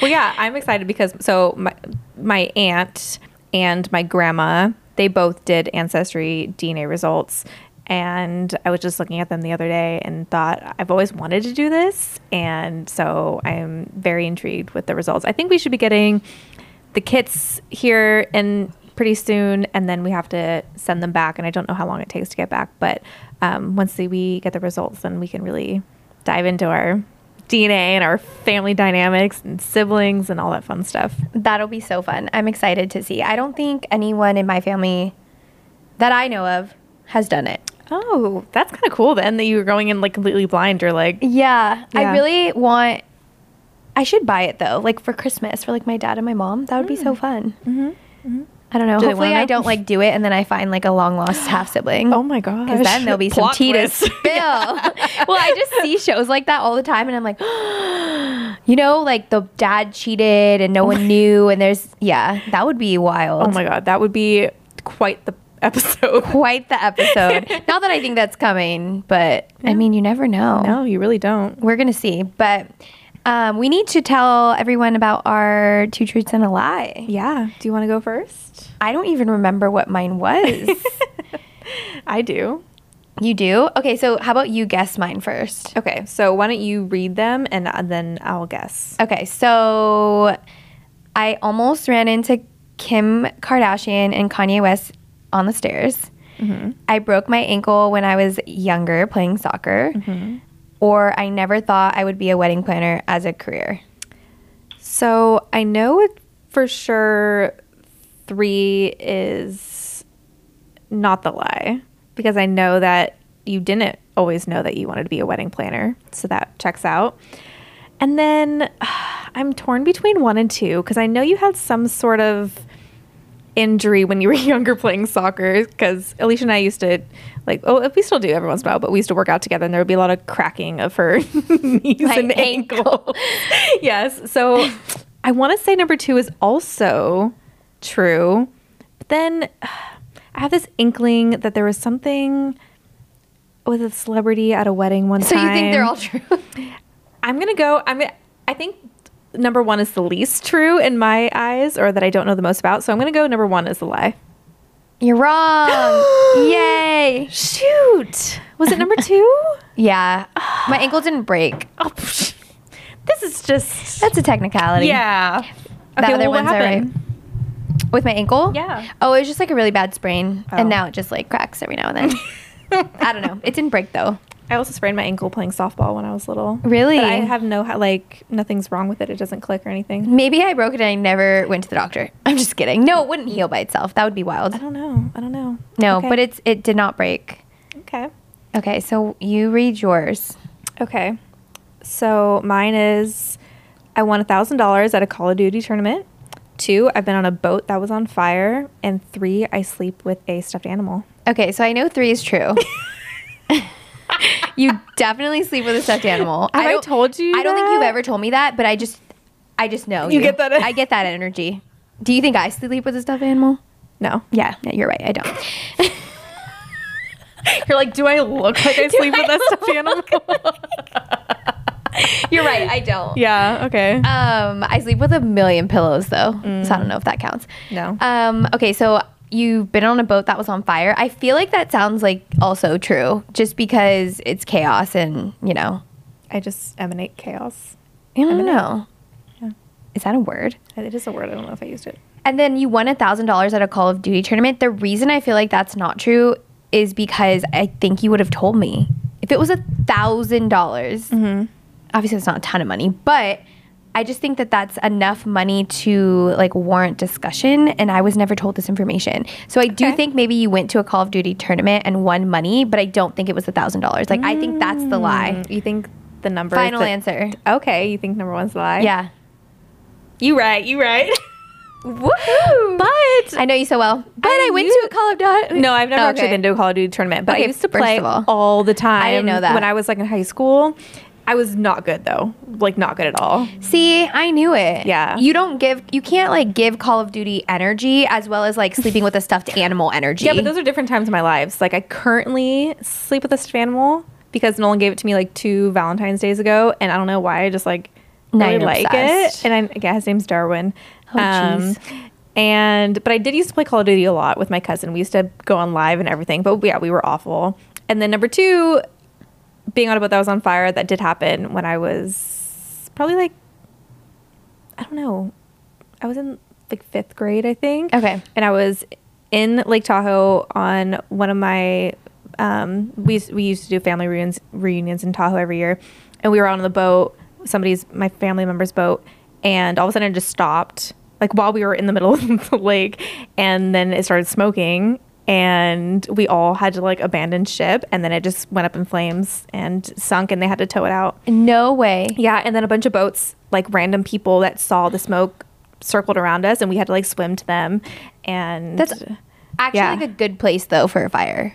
[SPEAKER 1] well, yeah. I'm excited because so my my aunt and my grandma they both did ancestry DNA results. And I was just looking at them the other day and thought, I've always wanted to do this. And so I'm very intrigued with the results. I think we should be getting the kits here and pretty soon and then we have to send them back and i don't know how long it takes to get back but um, once the- we get the results then we can really dive into our dna and our family dynamics and siblings and all that fun stuff
[SPEAKER 2] That'll be so fun. I'm excited to see. I don't think anyone in my family that I know of has done it.
[SPEAKER 1] oh that's kind of cool then that you were going in like completely blind or like
[SPEAKER 2] Yeah,
[SPEAKER 1] Yeah.
[SPEAKER 2] I really want. I should buy it though, like for Christmas for like my dad and my mom. That would be so fun. Mm-hmm. I don't know.
[SPEAKER 1] Mm. Do they
[SPEAKER 2] Hopefully,
[SPEAKER 1] wanna
[SPEAKER 2] I
[SPEAKER 1] know?
[SPEAKER 2] don't like do it, and then I find like a long lost half sibling.
[SPEAKER 1] Oh my gosh.
[SPEAKER 2] Because then there'll be some
[SPEAKER 1] Plot
[SPEAKER 2] tea to
[SPEAKER 1] twist.
[SPEAKER 2] spill. well, I just see shows like that all the time, and I'm like, you know, like the dad cheated and no one knew, and there's yeah, that would be wild.
[SPEAKER 1] Oh my god, that would be quite the episode.
[SPEAKER 2] Quite the episode. Not that I think that's coming, but I mean, you never know.
[SPEAKER 1] No, you really don't.
[SPEAKER 2] We're gonna see, but um, we need to tell everyone about our two truths and a lie.
[SPEAKER 1] Yeah. Do you want to go first?
[SPEAKER 2] I don't even remember what mine was.
[SPEAKER 1] I do.
[SPEAKER 2] you do? Okay, so how about you guess mine first?
[SPEAKER 1] Okay, so why don't you read them and uh, then I'll guess.
[SPEAKER 2] Okay, so I almost ran into Kim Kardashian and Kanye West on the stairs.
[SPEAKER 1] Mm-hmm.
[SPEAKER 2] I broke my ankle when I was younger playing soccer,
[SPEAKER 1] Mm-hmm.
[SPEAKER 2] or I never thought I would be a wedding planner as a career.
[SPEAKER 1] So I know it for sure three is not the lie because I know that you didn't always know that you wanted to be a wedding planner. So that checks out. And then I'm torn between one and two because I know you had some sort of injury when you were younger playing soccer because Alicia and I used to like oh we still do every once in a while but we used to work out together and there would be a lot of cracking of her knees
[SPEAKER 2] My
[SPEAKER 1] and ankles. yes, so I want to say number two is also true, but then I have this inkling that there was something with a celebrity at a wedding one
[SPEAKER 2] So
[SPEAKER 1] time.
[SPEAKER 2] you think they're all true?
[SPEAKER 1] I'm gonna go. I'm. Gonna, I think number one is the least true in my eyes, or that I don't know the most about. So I'm gonna go. Number one is the lie.
[SPEAKER 2] You're wrong. Um, Yay.
[SPEAKER 1] Shoot. Was it number two?
[SPEAKER 2] Yeah. My ankle didn't break.
[SPEAKER 1] oh, psh. this is just.
[SPEAKER 2] That's a technicality.
[SPEAKER 1] Yeah. Okay.
[SPEAKER 2] The other
[SPEAKER 1] well, what
[SPEAKER 2] ones are right.
[SPEAKER 1] happened?
[SPEAKER 2] With my ankle?
[SPEAKER 1] Yeah.
[SPEAKER 2] Oh, it was just like a really bad sprain.
[SPEAKER 1] Oh.
[SPEAKER 2] And now it just like cracks every now and then. I don't know. It didn't break though.
[SPEAKER 1] I also sprained my ankle playing softball when I was little.
[SPEAKER 2] Really?
[SPEAKER 1] But I have no like nothing's wrong with it. It doesn't click or anything.
[SPEAKER 2] Maybe I broke it and I never went to the doctor. I'm just kidding. No, it wouldn't heal by itself. That would be wild.
[SPEAKER 1] I don't know. I don't know.
[SPEAKER 2] No,
[SPEAKER 1] Okay.
[SPEAKER 2] but it's it did not break.
[SPEAKER 1] okay.
[SPEAKER 2] Okay, so you read yours.
[SPEAKER 1] Okay. So mine is I won $1,000 at a Call of Duty tournament. Two, I've been on a boat that was on fire. And three, I sleep with a stuffed animal.
[SPEAKER 2] Okay, so I know three is true. you definitely sleep with a stuffed animal.
[SPEAKER 1] Have I
[SPEAKER 2] don't-
[SPEAKER 1] told you
[SPEAKER 2] I don't think
[SPEAKER 1] that?
[SPEAKER 2] you've ever told me that, but I just, I just know
[SPEAKER 1] You get that-
[SPEAKER 2] I get that energy. Do you think I sleep with a stuffed animal?
[SPEAKER 1] No.
[SPEAKER 2] Yeah, yeah, you're right. I don't.
[SPEAKER 1] You're like, do I look like I
[SPEAKER 2] Do
[SPEAKER 1] sleep with
[SPEAKER 2] I
[SPEAKER 1] a stuffed animal?
[SPEAKER 2] You're right. I don't.
[SPEAKER 1] yeah, okay.
[SPEAKER 2] Um, I sleep with a million pillows though, so I don't know if that counts.
[SPEAKER 1] No.
[SPEAKER 2] Um. Okay, so you've been on a boat that was on fire. I feel like that sounds like also true, just because it's chaos and you know.
[SPEAKER 1] I just emanate chaos.
[SPEAKER 2] I don't know.
[SPEAKER 1] Yeah.
[SPEAKER 2] Is that a word?
[SPEAKER 1] It is a word. I don't know if I used it.
[SPEAKER 2] And then you won a thousand dollars at a Call of Duty tournament. The reason I feel like that's not true is because I think you would have told me if it was a thousand dollars.
[SPEAKER 1] Mm-hmm.
[SPEAKER 2] Obviously, it's not a ton of money, but I just think that that's enough money to like warrant discussion. And I was never told this information, so I do
[SPEAKER 1] Okay.
[SPEAKER 2] think maybe you went to a Call of Duty tournament and won money, but I don't think it was a thousand dollars. Like I think that's the lie.
[SPEAKER 1] You think the number
[SPEAKER 2] Final
[SPEAKER 1] that-
[SPEAKER 2] answer.
[SPEAKER 1] Mm, Okay, you think number one's the lie?
[SPEAKER 2] Yeah.
[SPEAKER 1] You right, you right.
[SPEAKER 2] Woohoo!
[SPEAKER 1] But
[SPEAKER 2] I know you so well, but I,
[SPEAKER 1] I
[SPEAKER 2] went
[SPEAKER 1] knew-
[SPEAKER 2] to a Call of Duty. Oh,
[SPEAKER 1] No, I've never actually
[SPEAKER 2] Okay.
[SPEAKER 1] been to a Call of Duty tournament, but
[SPEAKER 2] Okay,
[SPEAKER 1] I used to
[SPEAKER 2] first
[SPEAKER 1] play
[SPEAKER 2] of all.
[SPEAKER 1] all. the time.
[SPEAKER 2] didn't know that.
[SPEAKER 1] When I was like in high school, I was not good though. Like not good at all.
[SPEAKER 2] See, I knew it.
[SPEAKER 1] Yeah.
[SPEAKER 2] You don't give you can't like give Call of Duty energy as well as like sleeping with a stuffed animal energy.
[SPEAKER 1] Yeah, but those are different times in my lives. Like I currently sleep with a stuffed animal because Nolan gave it to me like two Valentine's days ago, and I don't know why I just like
[SPEAKER 2] Now
[SPEAKER 1] really
[SPEAKER 2] you're
[SPEAKER 1] like
[SPEAKER 2] obsessed.
[SPEAKER 1] it. And I, yeah, his name's Darwin. Um,
[SPEAKER 2] Oh, jeez.
[SPEAKER 1] and but I did used to play Call of Duty a lot with my cousin. We used to go on live and everything. But yeah, we were awful. And then number two, being on a boat that was on fire, that did happen when I was probably like I don't know. I was in like fifth grade, I think.
[SPEAKER 2] Okay.
[SPEAKER 1] And I was in Lake Tahoe on one of my. Um, we used- we used to do family reunions reunions in Tahoe every year, and we were on the boat, somebody's my family member's boat, and all of a sudden it just stopped, like while we were in the middle of the lake, and then it started smoking, and we all had to like abandon ship, and then it just went up in flames and sunk, and they had to tow it out.
[SPEAKER 2] no way.
[SPEAKER 1] Yeah, and then a bunch of boats, like random people that saw the smoke circled around us and we had to like swim to them. And
[SPEAKER 2] That's actually
[SPEAKER 1] Yeah.
[SPEAKER 2] like a good place though for a fire,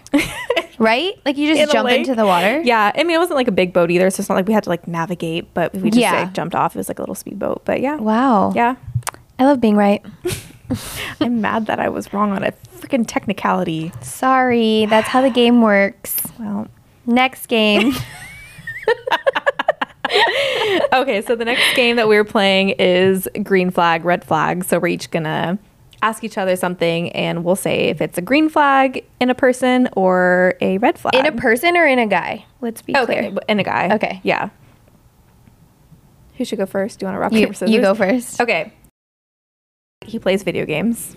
[SPEAKER 2] right? Like you just
[SPEAKER 1] In a
[SPEAKER 2] jump
[SPEAKER 1] lake?
[SPEAKER 2] into the water.
[SPEAKER 1] Yeah, I mean it wasn't like a big boat either, so it's not like we had to like navigate, but we just
[SPEAKER 2] Yeah.
[SPEAKER 1] like jumped off. It was like a little speedboat, but yeah,
[SPEAKER 2] Wow.
[SPEAKER 1] yeah.
[SPEAKER 2] I love being right.
[SPEAKER 1] I'm mad that I was wrong on a freaking technicality.
[SPEAKER 2] Sorry, that's how the game works.
[SPEAKER 1] Well,
[SPEAKER 2] Next game.
[SPEAKER 1] okay, so the next game that we're playing is green flag, red flag. So we're each gonna ask each other something, and we'll say if it's a green flag in a person or a red flag
[SPEAKER 2] in a person or in a guy? Let's be
[SPEAKER 1] Oh, okay,
[SPEAKER 2] clear.
[SPEAKER 1] in a guy.
[SPEAKER 2] Okay.
[SPEAKER 1] yeah. Who should go first? Do you want to rock
[SPEAKER 2] You,
[SPEAKER 1] paper scissors?
[SPEAKER 2] you go first.
[SPEAKER 1] Okay. He plays video games.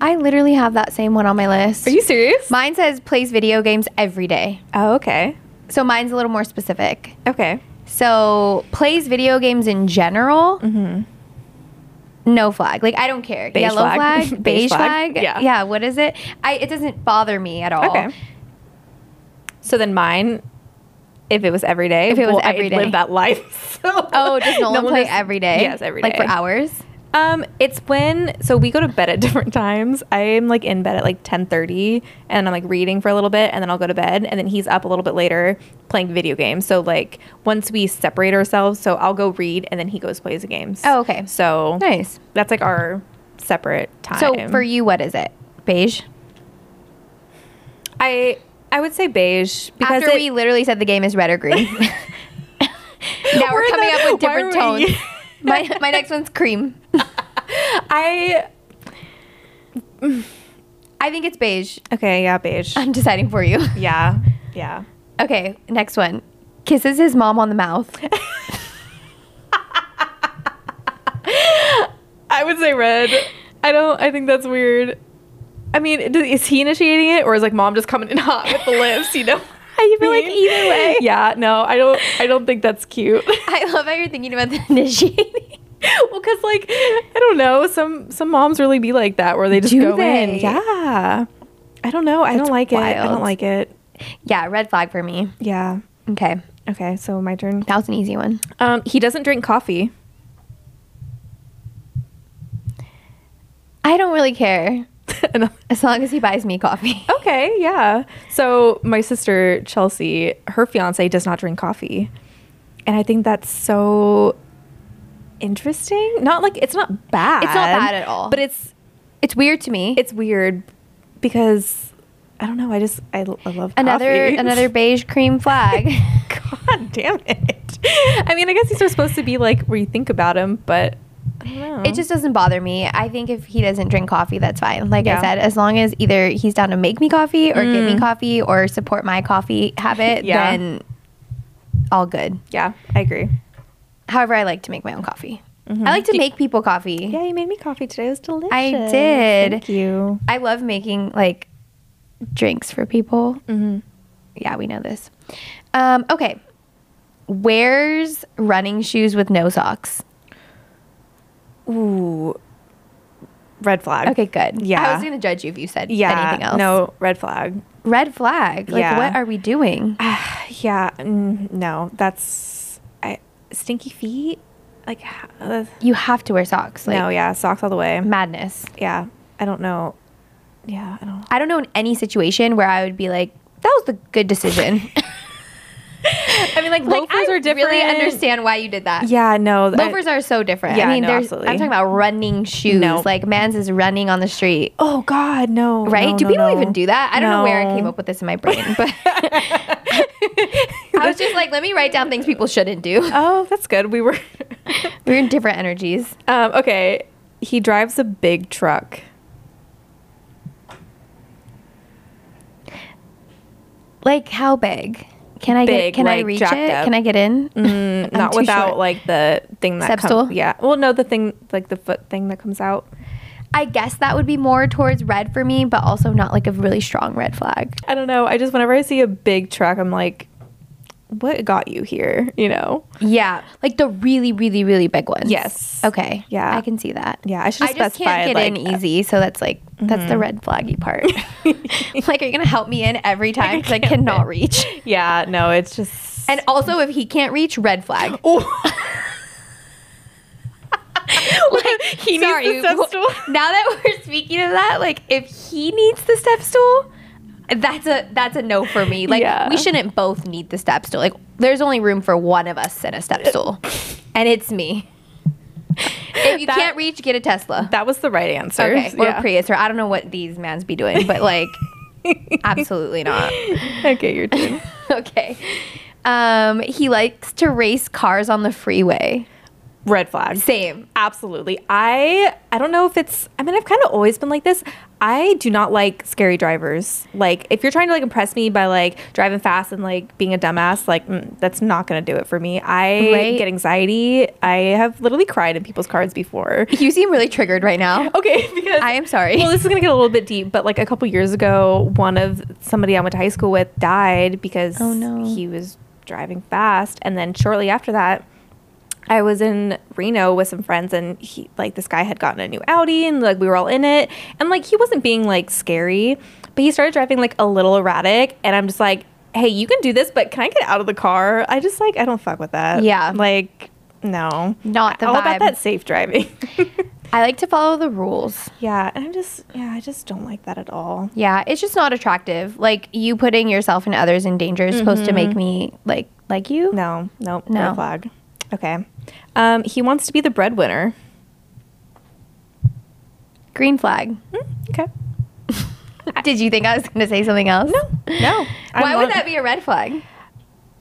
[SPEAKER 2] I literally have that same one on my list.
[SPEAKER 1] Are you serious?
[SPEAKER 2] Mine says plays video games every day.
[SPEAKER 1] oh, okay.
[SPEAKER 2] So mine's a little more specific.
[SPEAKER 1] Okay.
[SPEAKER 2] So plays video games in general. No flag. Like I don't care.
[SPEAKER 1] Beige
[SPEAKER 2] Yellow
[SPEAKER 1] flag.
[SPEAKER 2] flag,
[SPEAKER 1] Beige
[SPEAKER 2] beige
[SPEAKER 1] flag.
[SPEAKER 2] flag.
[SPEAKER 1] Yeah.
[SPEAKER 2] Yeah. What is it? I it doesn't bother me at all.
[SPEAKER 1] Okay. So then mine, if it was every day,
[SPEAKER 2] If it was
[SPEAKER 1] I
[SPEAKER 2] every day.
[SPEAKER 1] live that life. So-
[SPEAKER 2] Oh, does Nolan
[SPEAKER 1] Nolan
[SPEAKER 2] play
[SPEAKER 1] is-
[SPEAKER 2] every day?
[SPEAKER 1] Yes, every
[SPEAKER 2] Like for
[SPEAKER 1] day.
[SPEAKER 2] hours.
[SPEAKER 1] Um, it's when so we go to bed at different times. I'm like in bed at like 10:30, and I'm like reading for a little bit, and then I'll go to bed, and then he's up a little bit later playing video games. So like once we separate ourselves, so I'll go read, and then he goes plays the games.
[SPEAKER 2] Oh, okay.
[SPEAKER 1] So
[SPEAKER 2] Nice.
[SPEAKER 1] that's like our separate time.
[SPEAKER 2] So for you, what is it? Beige.
[SPEAKER 1] I I would say beige because
[SPEAKER 2] After
[SPEAKER 1] it-
[SPEAKER 2] we literally said the game is red or green. now we're,
[SPEAKER 1] We're
[SPEAKER 2] coming
[SPEAKER 1] the-
[SPEAKER 2] up with
[SPEAKER 1] why are
[SPEAKER 2] different
[SPEAKER 1] we-
[SPEAKER 2] tones. my my next one's cream.
[SPEAKER 1] I
[SPEAKER 2] I think it's beige.
[SPEAKER 1] okay yeah beige
[SPEAKER 2] I'm deciding for you.
[SPEAKER 1] yeah yeah
[SPEAKER 2] Okay, next one. Kisses his mom on the mouth.
[SPEAKER 1] I would say red. I don't. I think that's weird. I mean, do- is he initiating it, or is like mom just coming in hot with the lips? You know, I
[SPEAKER 2] feel like either way.
[SPEAKER 1] Yeah, no, I don't. I don't think that's cute.
[SPEAKER 2] I love how you're thinking about the initiating.
[SPEAKER 1] well, because like I don't know, some some moms really be like that, where they just
[SPEAKER 2] Do
[SPEAKER 1] go in.
[SPEAKER 2] they?
[SPEAKER 1] Yeah, I don't know. I don't like it. I don't
[SPEAKER 2] wild.
[SPEAKER 1] like it.
[SPEAKER 2] Yeah, red flag for me.
[SPEAKER 1] Yeah.
[SPEAKER 2] Okay,
[SPEAKER 1] Okay, so my turn.
[SPEAKER 2] that was an easy one.
[SPEAKER 1] Um, he doesn't drink coffee.
[SPEAKER 2] I don't really care
[SPEAKER 1] And-
[SPEAKER 2] as long as he buys me coffee.
[SPEAKER 1] okay, yeah. So my sister Chelsea, her fiance does not drink coffee, and I think that's so interesting. Not like it's not bad.
[SPEAKER 2] It's not bad at all.
[SPEAKER 1] But it's
[SPEAKER 2] It's weird to me.
[SPEAKER 1] it's weird because I don't know. I just I, I love
[SPEAKER 2] another
[SPEAKER 1] coffee.
[SPEAKER 2] another beige cream flag.
[SPEAKER 1] God damn it! I mean, I guess these are supposed to be like where you think about him, but I don't know.
[SPEAKER 2] It just doesn't bother me. I think if he doesn't drink coffee, that's fine. Like
[SPEAKER 1] Yeah. Mm.
[SPEAKER 2] I said, as long as either he's down to make me coffee or give me coffee or support my coffee habit,
[SPEAKER 1] Yeah.
[SPEAKER 2] then all good.
[SPEAKER 1] yeah, I agree. Mm-hmm.
[SPEAKER 2] However, I like to make my own coffee. I like to make people coffee.
[SPEAKER 1] Yeah, you made me coffee today. It was delicious.
[SPEAKER 2] did.
[SPEAKER 1] Thank you.
[SPEAKER 2] I love making like drinks for people.
[SPEAKER 1] Mhm.
[SPEAKER 2] Yeah, we know this. Um, okay. Wears running shoes with no socks.
[SPEAKER 1] Ooh, red flag.
[SPEAKER 2] Okay, good.
[SPEAKER 1] Yeah.
[SPEAKER 2] I was going to judge you if you said
[SPEAKER 1] Yeah.
[SPEAKER 2] anything else.
[SPEAKER 1] No, red flag.
[SPEAKER 2] Red flag. Like,
[SPEAKER 1] Yeah.
[SPEAKER 2] what are we doing?
[SPEAKER 1] Yeah. mm, no, that's I, stinky feet. Like, h- uh,
[SPEAKER 2] You have to wear socks. Like,
[SPEAKER 1] no, yeah, socks all the way.
[SPEAKER 2] madness.
[SPEAKER 1] Yeah. I don't know. Yeah, I don't.
[SPEAKER 2] I don't know in any situation where I would be like, that was the good decision.
[SPEAKER 1] I mean, like,
[SPEAKER 2] Like,
[SPEAKER 1] loafers
[SPEAKER 2] I
[SPEAKER 1] are different.
[SPEAKER 2] really understand why you did that.
[SPEAKER 1] Yeah, no. I-
[SPEAKER 2] Loafers are so different.
[SPEAKER 1] Yeah,
[SPEAKER 2] I mean,
[SPEAKER 1] no,
[SPEAKER 2] there's,
[SPEAKER 1] absolutely.
[SPEAKER 2] I'm talking about running shoes.
[SPEAKER 1] No.
[SPEAKER 2] Like, man's is running on the street.
[SPEAKER 1] oh God, no.
[SPEAKER 2] right?
[SPEAKER 1] no,
[SPEAKER 2] Do
[SPEAKER 1] no,
[SPEAKER 2] people
[SPEAKER 1] no.
[SPEAKER 2] even do that? I don't know where I came
[SPEAKER 1] No.
[SPEAKER 2] up with this in my brain, but I was just like, let me write down things people shouldn't do.
[SPEAKER 1] Oh, that's good. We were.
[SPEAKER 2] We're in different energies.
[SPEAKER 1] um, okay, he drives a big truck.
[SPEAKER 2] Like how big? Can I
[SPEAKER 1] Big,
[SPEAKER 2] get? Can
[SPEAKER 1] like,
[SPEAKER 2] I reach it?
[SPEAKER 1] jacked up.
[SPEAKER 2] Can I get in?
[SPEAKER 1] Mm,
[SPEAKER 2] I'm
[SPEAKER 1] not
[SPEAKER 2] too
[SPEAKER 1] without
[SPEAKER 2] short.
[SPEAKER 1] like the thing that
[SPEAKER 2] Step
[SPEAKER 1] comes.
[SPEAKER 2] stool?
[SPEAKER 1] Yeah. Well, no, the thing like the foot thing that comes out.
[SPEAKER 2] I guess that would be more towards red for me, but also not like a really strong red flag.
[SPEAKER 1] I don't know. I just whenever I see a big truck, I'm like, what got you here? You know?
[SPEAKER 2] Yeah, like the really, really, really big ones.
[SPEAKER 1] Yes.
[SPEAKER 2] Okay.
[SPEAKER 1] Yeah.
[SPEAKER 2] I can see that.
[SPEAKER 1] Yeah, I should
[SPEAKER 2] I
[SPEAKER 1] have
[SPEAKER 2] just can't
[SPEAKER 1] specified
[SPEAKER 2] get
[SPEAKER 1] like uh, Mm-hmm.
[SPEAKER 2] in easy, so that's like that's the red flaggy part. like, are you gonna help me in every time? Because I cannot reach.
[SPEAKER 1] Yeah, no, it's just
[SPEAKER 2] And also, if he can't reach, red flag.
[SPEAKER 1] Oh. He needs the step
[SPEAKER 2] w-
[SPEAKER 1] stool.
[SPEAKER 2] Now that we're speaking of that, like if he needs the step stool, that's a that's a no for me. Like
[SPEAKER 1] Yeah.
[SPEAKER 2] we shouldn't both need the step stool. Like there's only room for one of us in a step stool, and it's me. If you
[SPEAKER 1] That-
[SPEAKER 2] can't reach, get a Tesla.
[SPEAKER 1] That was the right answer.
[SPEAKER 2] Okay, or
[SPEAKER 1] Yeah.
[SPEAKER 2] Prius, or I don't know what these mans be doing, but like, absolutely not.
[SPEAKER 1] okay, your turn.
[SPEAKER 2] okay. Um, he likes to race cars on the freeway.
[SPEAKER 1] Red flag.
[SPEAKER 2] Same.
[SPEAKER 1] Absolutely. I I don't know if it's I mean I've kind of always been like this. I do not like scary drivers. Like if you're trying to like impress me by like driving fast and like being a dumbass, like mm, that's not going to do it for me. I
[SPEAKER 2] Right.
[SPEAKER 1] get anxiety. I have literally cried in people's cars before.
[SPEAKER 2] You seem really triggered right now.
[SPEAKER 1] Okay, because
[SPEAKER 2] I am sorry.
[SPEAKER 1] Well, Oh, this is gonna get a little bit deep, but like a couple years ago, one of somebody I went to high school with died because
[SPEAKER 2] Oh, no.
[SPEAKER 1] he was driving fast, and then shortly after that, I was in Reno with some friends, and he like this guy had gotten a new Audi, and like we were all in it, and like he wasn't being like scary, but he started driving like a little erratic, and I'm just like, hey, you can do this, but can I get out of the car? I just like I don't fuck with that.
[SPEAKER 2] Yeah.
[SPEAKER 1] like no,
[SPEAKER 2] Not the
[SPEAKER 1] all
[SPEAKER 2] vibe.
[SPEAKER 1] about that safe driving.
[SPEAKER 2] I like to follow the rules.
[SPEAKER 1] Yeah, and I'm just yeah, I just don't like that at all.
[SPEAKER 2] Yeah, it's just not attractive. Like you putting yourself and others in danger is supposed to make me like like you.
[SPEAKER 1] Mm-hmm. No, no,
[SPEAKER 2] No.
[SPEAKER 1] no flag. Okay. Um, he wants to be the breadwinner.
[SPEAKER 2] Green flag.
[SPEAKER 1] Mm, okay.
[SPEAKER 2] Did you think I was going to say something else? No.
[SPEAKER 1] No. I
[SPEAKER 2] Why would
[SPEAKER 1] want-
[SPEAKER 2] that be a red flag?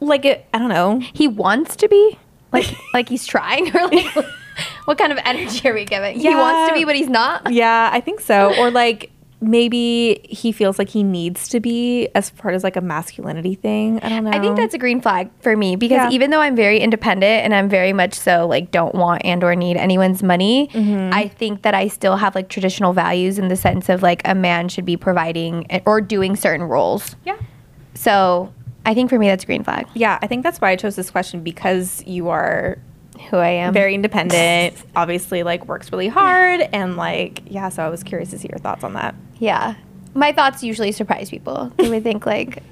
[SPEAKER 1] Like it, I don't know.
[SPEAKER 2] He wants to be like like he's trying or like what kind of energy are we giving? He wants
[SPEAKER 1] Yeah.
[SPEAKER 2] to be but he's not.
[SPEAKER 1] Yeah, I think so. Or like maybe he feels like he needs to be as part as like a masculinity thing. I don't know.
[SPEAKER 2] I think that's a green flag for me because
[SPEAKER 1] Yeah.
[SPEAKER 2] even though I'm very independent and I'm very much so like don't want and or need anyone's money,
[SPEAKER 1] Mm-hmm.
[SPEAKER 2] I think that I still have like traditional values in the sense of like a man should be providing eh, or doing certain roles.
[SPEAKER 1] yeah.
[SPEAKER 2] So I think for me that's a green flag.
[SPEAKER 1] Yeah, I think that's why I chose this question because you are
[SPEAKER 2] Who I am.
[SPEAKER 1] very independent, obviously like works really hard and like yeah, so I was curious to see your thoughts on that.
[SPEAKER 2] yeah. My thoughts usually surprise people. They would think like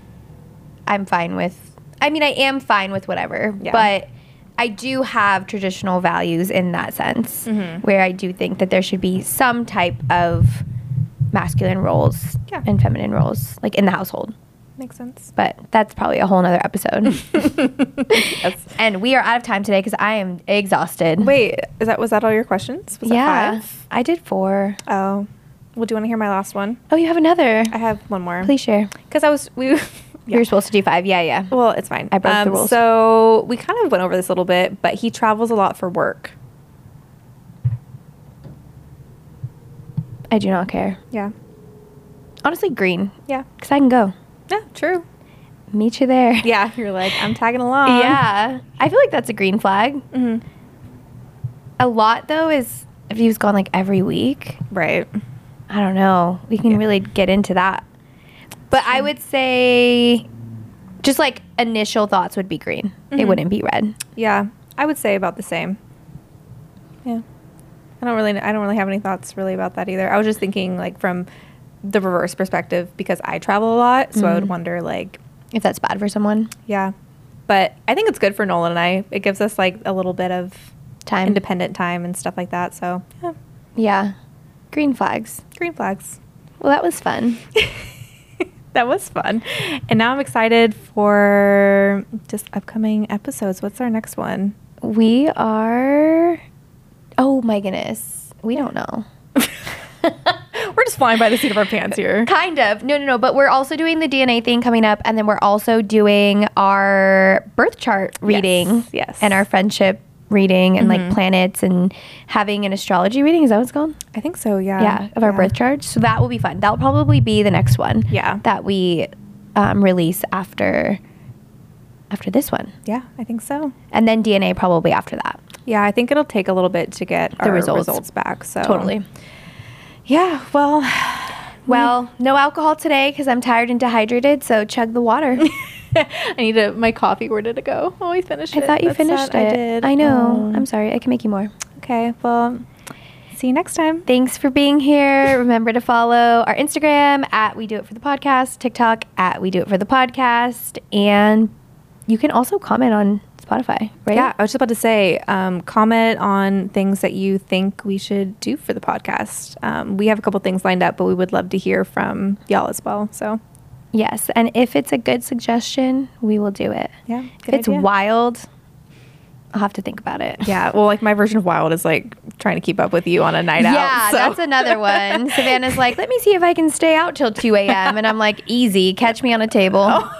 [SPEAKER 2] I'm fine with I mean I am fine with whatever,
[SPEAKER 1] Yeah.
[SPEAKER 2] but I do have traditional values in that sense
[SPEAKER 1] Mm-hmm.
[SPEAKER 2] where I do think that there should be some type of masculine roles
[SPEAKER 1] Yeah.
[SPEAKER 2] and feminine roles like in the household.
[SPEAKER 1] Makes sense.
[SPEAKER 2] But that's probably a whole nother episode.
[SPEAKER 1] Yes.
[SPEAKER 2] and we are out of time today because I am exhausted.
[SPEAKER 1] Wait, is that was that all your questions? Was
[SPEAKER 2] yeah.
[SPEAKER 1] that five?
[SPEAKER 2] I did four.
[SPEAKER 1] Oh. Well, do you want to hear my last one?
[SPEAKER 2] Oh, you have another.
[SPEAKER 1] I have one more.
[SPEAKER 2] Please share.
[SPEAKER 1] Because I was we
[SPEAKER 2] You
[SPEAKER 1] yeah.
[SPEAKER 2] were supposed to do five. Yeah, yeah.
[SPEAKER 1] Well, it's fine. Um,
[SPEAKER 2] I broke the rules.
[SPEAKER 1] So we kind of went over this a little bit, but he travels a lot for work.
[SPEAKER 2] I do not care.
[SPEAKER 1] Yeah.
[SPEAKER 2] Honestly, green.
[SPEAKER 1] Yeah.
[SPEAKER 2] Because I can go.
[SPEAKER 1] Yeah, true.
[SPEAKER 2] Meet you there.
[SPEAKER 1] Yeah, you're like, I'm tagging along.
[SPEAKER 2] Yeah. I feel like that's a green flag.
[SPEAKER 1] hmm
[SPEAKER 2] A lot, though, is if he was gone like every week,
[SPEAKER 1] Right.
[SPEAKER 2] I don't know. We can
[SPEAKER 1] Yeah.
[SPEAKER 2] really get into that. But I would say just like initial thoughts would be green, it
[SPEAKER 1] Mhm.
[SPEAKER 2] wouldn't be red.
[SPEAKER 1] Yeah. I would say about the same. Yeah. I don't really I don't really have any thoughts really about that either. I was just thinking like from the reverse perspective because I travel a lot, so I would
[SPEAKER 2] Mhm.
[SPEAKER 1] wonder like
[SPEAKER 2] If that's bad for someone,
[SPEAKER 1] Yeah. But I think it's good for Nolan and I. It gives us like a little bit of
[SPEAKER 2] time.
[SPEAKER 1] independent time and stuff like that. So, yeah,
[SPEAKER 2] yeah. Green flags.
[SPEAKER 1] green flags.
[SPEAKER 2] Well, that was fun.
[SPEAKER 1] that was fun. And now I'm excited for just upcoming episodes. What's our next one?
[SPEAKER 2] We are. Oh my goodness. We don't know.
[SPEAKER 1] We're just flying by the seat of our pants here.
[SPEAKER 2] Kind of. No, no, no. But we're also doing the DNA thing coming up, and then we're also doing our birth chart reading.
[SPEAKER 1] yes.
[SPEAKER 2] And our friendship reading and like
[SPEAKER 1] Mhm.
[SPEAKER 2] planets and having an astrology reading. Is that what it's called?
[SPEAKER 1] I think so, yeah.
[SPEAKER 2] yeah. Of our birth chart. So that will be fun. That'll probably be the next one.
[SPEAKER 1] Yeah.
[SPEAKER 2] That we um, release after after this one.
[SPEAKER 1] Yeah, I think so.
[SPEAKER 2] And then DNA probably after that.
[SPEAKER 1] Yeah, I think it'll take a little bit to get
[SPEAKER 2] The
[SPEAKER 1] our
[SPEAKER 2] results.
[SPEAKER 1] results. back. So
[SPEAKER 2] Totally.
[SPEAKER 1] Yeah, well,
[SPEAKER 2] Well, no alcohol today because I'm tired and dehydrated, so chug the water.
[SPEAKER 1] I need to, my coffee. Where did it go? Oh, I finished
[SPEAKER 2] I
[SPEAKER 1] it.
[SPEAKER 2] thought you
[SPEAKER 1] That's
[SPEAKER 2] finished
[SPEAKER 1] sad.
[SPEAKER 2] it.
[SPEAKER 1] I did.
[SPEAKER 2] I know.
[SPEAKER 1] Oh.
[SPEAKER 2] I'm sorry. I can make you more.
[SPEAKER 1] Okay, well, see you next time.
[SPEAKER 2] Thanks for being here. Remember to follow our Instagram at We Do It For The Podcast, TikTok at We Do It For The Podcast, and you can also comment on Spotify, right?
[SPEAKER 1] Yeah, I was just about to say, um, comment on things that you think we should do for the podcast. Um, we have a couple things lined up, but we would love to hear from y'all as well. So,
[SPEAKER 2] Yes. And if it's a good suggestion, we will do it.
[SPEAKER 1] Yeah,
[SPEAKER 2] If
[SPEAKER 1] good
[SPEAKER 2] it's
[SPEAKER 1] idea.
[SPEAKER 2] wild, I'll have to think about it.
[SPEAKER 1] yeah, well, like my version of wild is like trying to keep up with you on a night out.
[SPEAKER 2] Yeah,
[SPEAKER 1] so.
[SPEAKER 2] that's another one. Savannah's like, let me see if I can stay out till 2 a.m. And I'm like, easy, catch me on a table.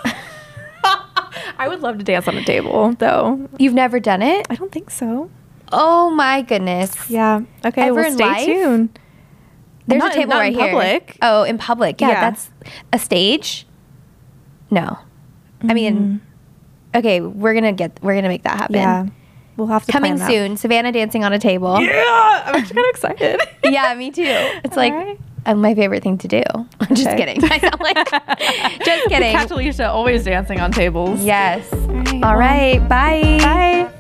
[SPEAKER 1] I would love to dance on a table, though.
[SPEAKER 2] You've never done it?
[SPEAKER 1] I don't think so.
[SPEAKER 2] Oh my goodness.
[SPEAKER 1] Yeah. Okay.
[SPEAKER 2] Ever
[SPEAKER 1] well,
[SPEAKER 2] in
[SPEAKER 1] stay
[SPEAKER 2] life?
[SPEAKER 1] tuned.
[SPEAKER 2] There's
[SPEAKER 1] Not
[SPEAKER 2] a
[SPEAKER 1] in-
[SPEAKER 2] table
[SPEAKER 1] not
[SPEAKER 2] right
[SPEAKER 1] in public.
[SPEAKER 2] here. Oh, in public. Yeah,
[SPEAKER 1] Yeah.
[SPEAKER 2] that's a stage. No, I mean, okay, we're gonna get, we're gonna make that happen.
[SPEAKER 1] Mm. Yeah. We'll have to
[SPEAKER 2] Coming
[SPEAKER 1] plan that.
[SPEAKER 2] soon, Savannah dancing on a table.
[SPEAKER 1] Yeah, I'm actually kind of excited.
[SPEAKER 2] yeah, me too. It's like
[SPEAKER 1] Alright.
[SPEAKER 2] uh, my favorite thing to do. I'm just
[SPEAKER 1] Okay.
[SPEAKER 2] kidding. I sound like just kidding.
[SPEAKER 1] Catch Alicia always dancing on tables.
[SPEAKER 2] Yes.
[SPEAKER 1] Alright,
[SPEAKER 2] All
[SPEAKER 1] well,
[SPEAKER 2] right. Bye.
[SPEAKER 1] Bye.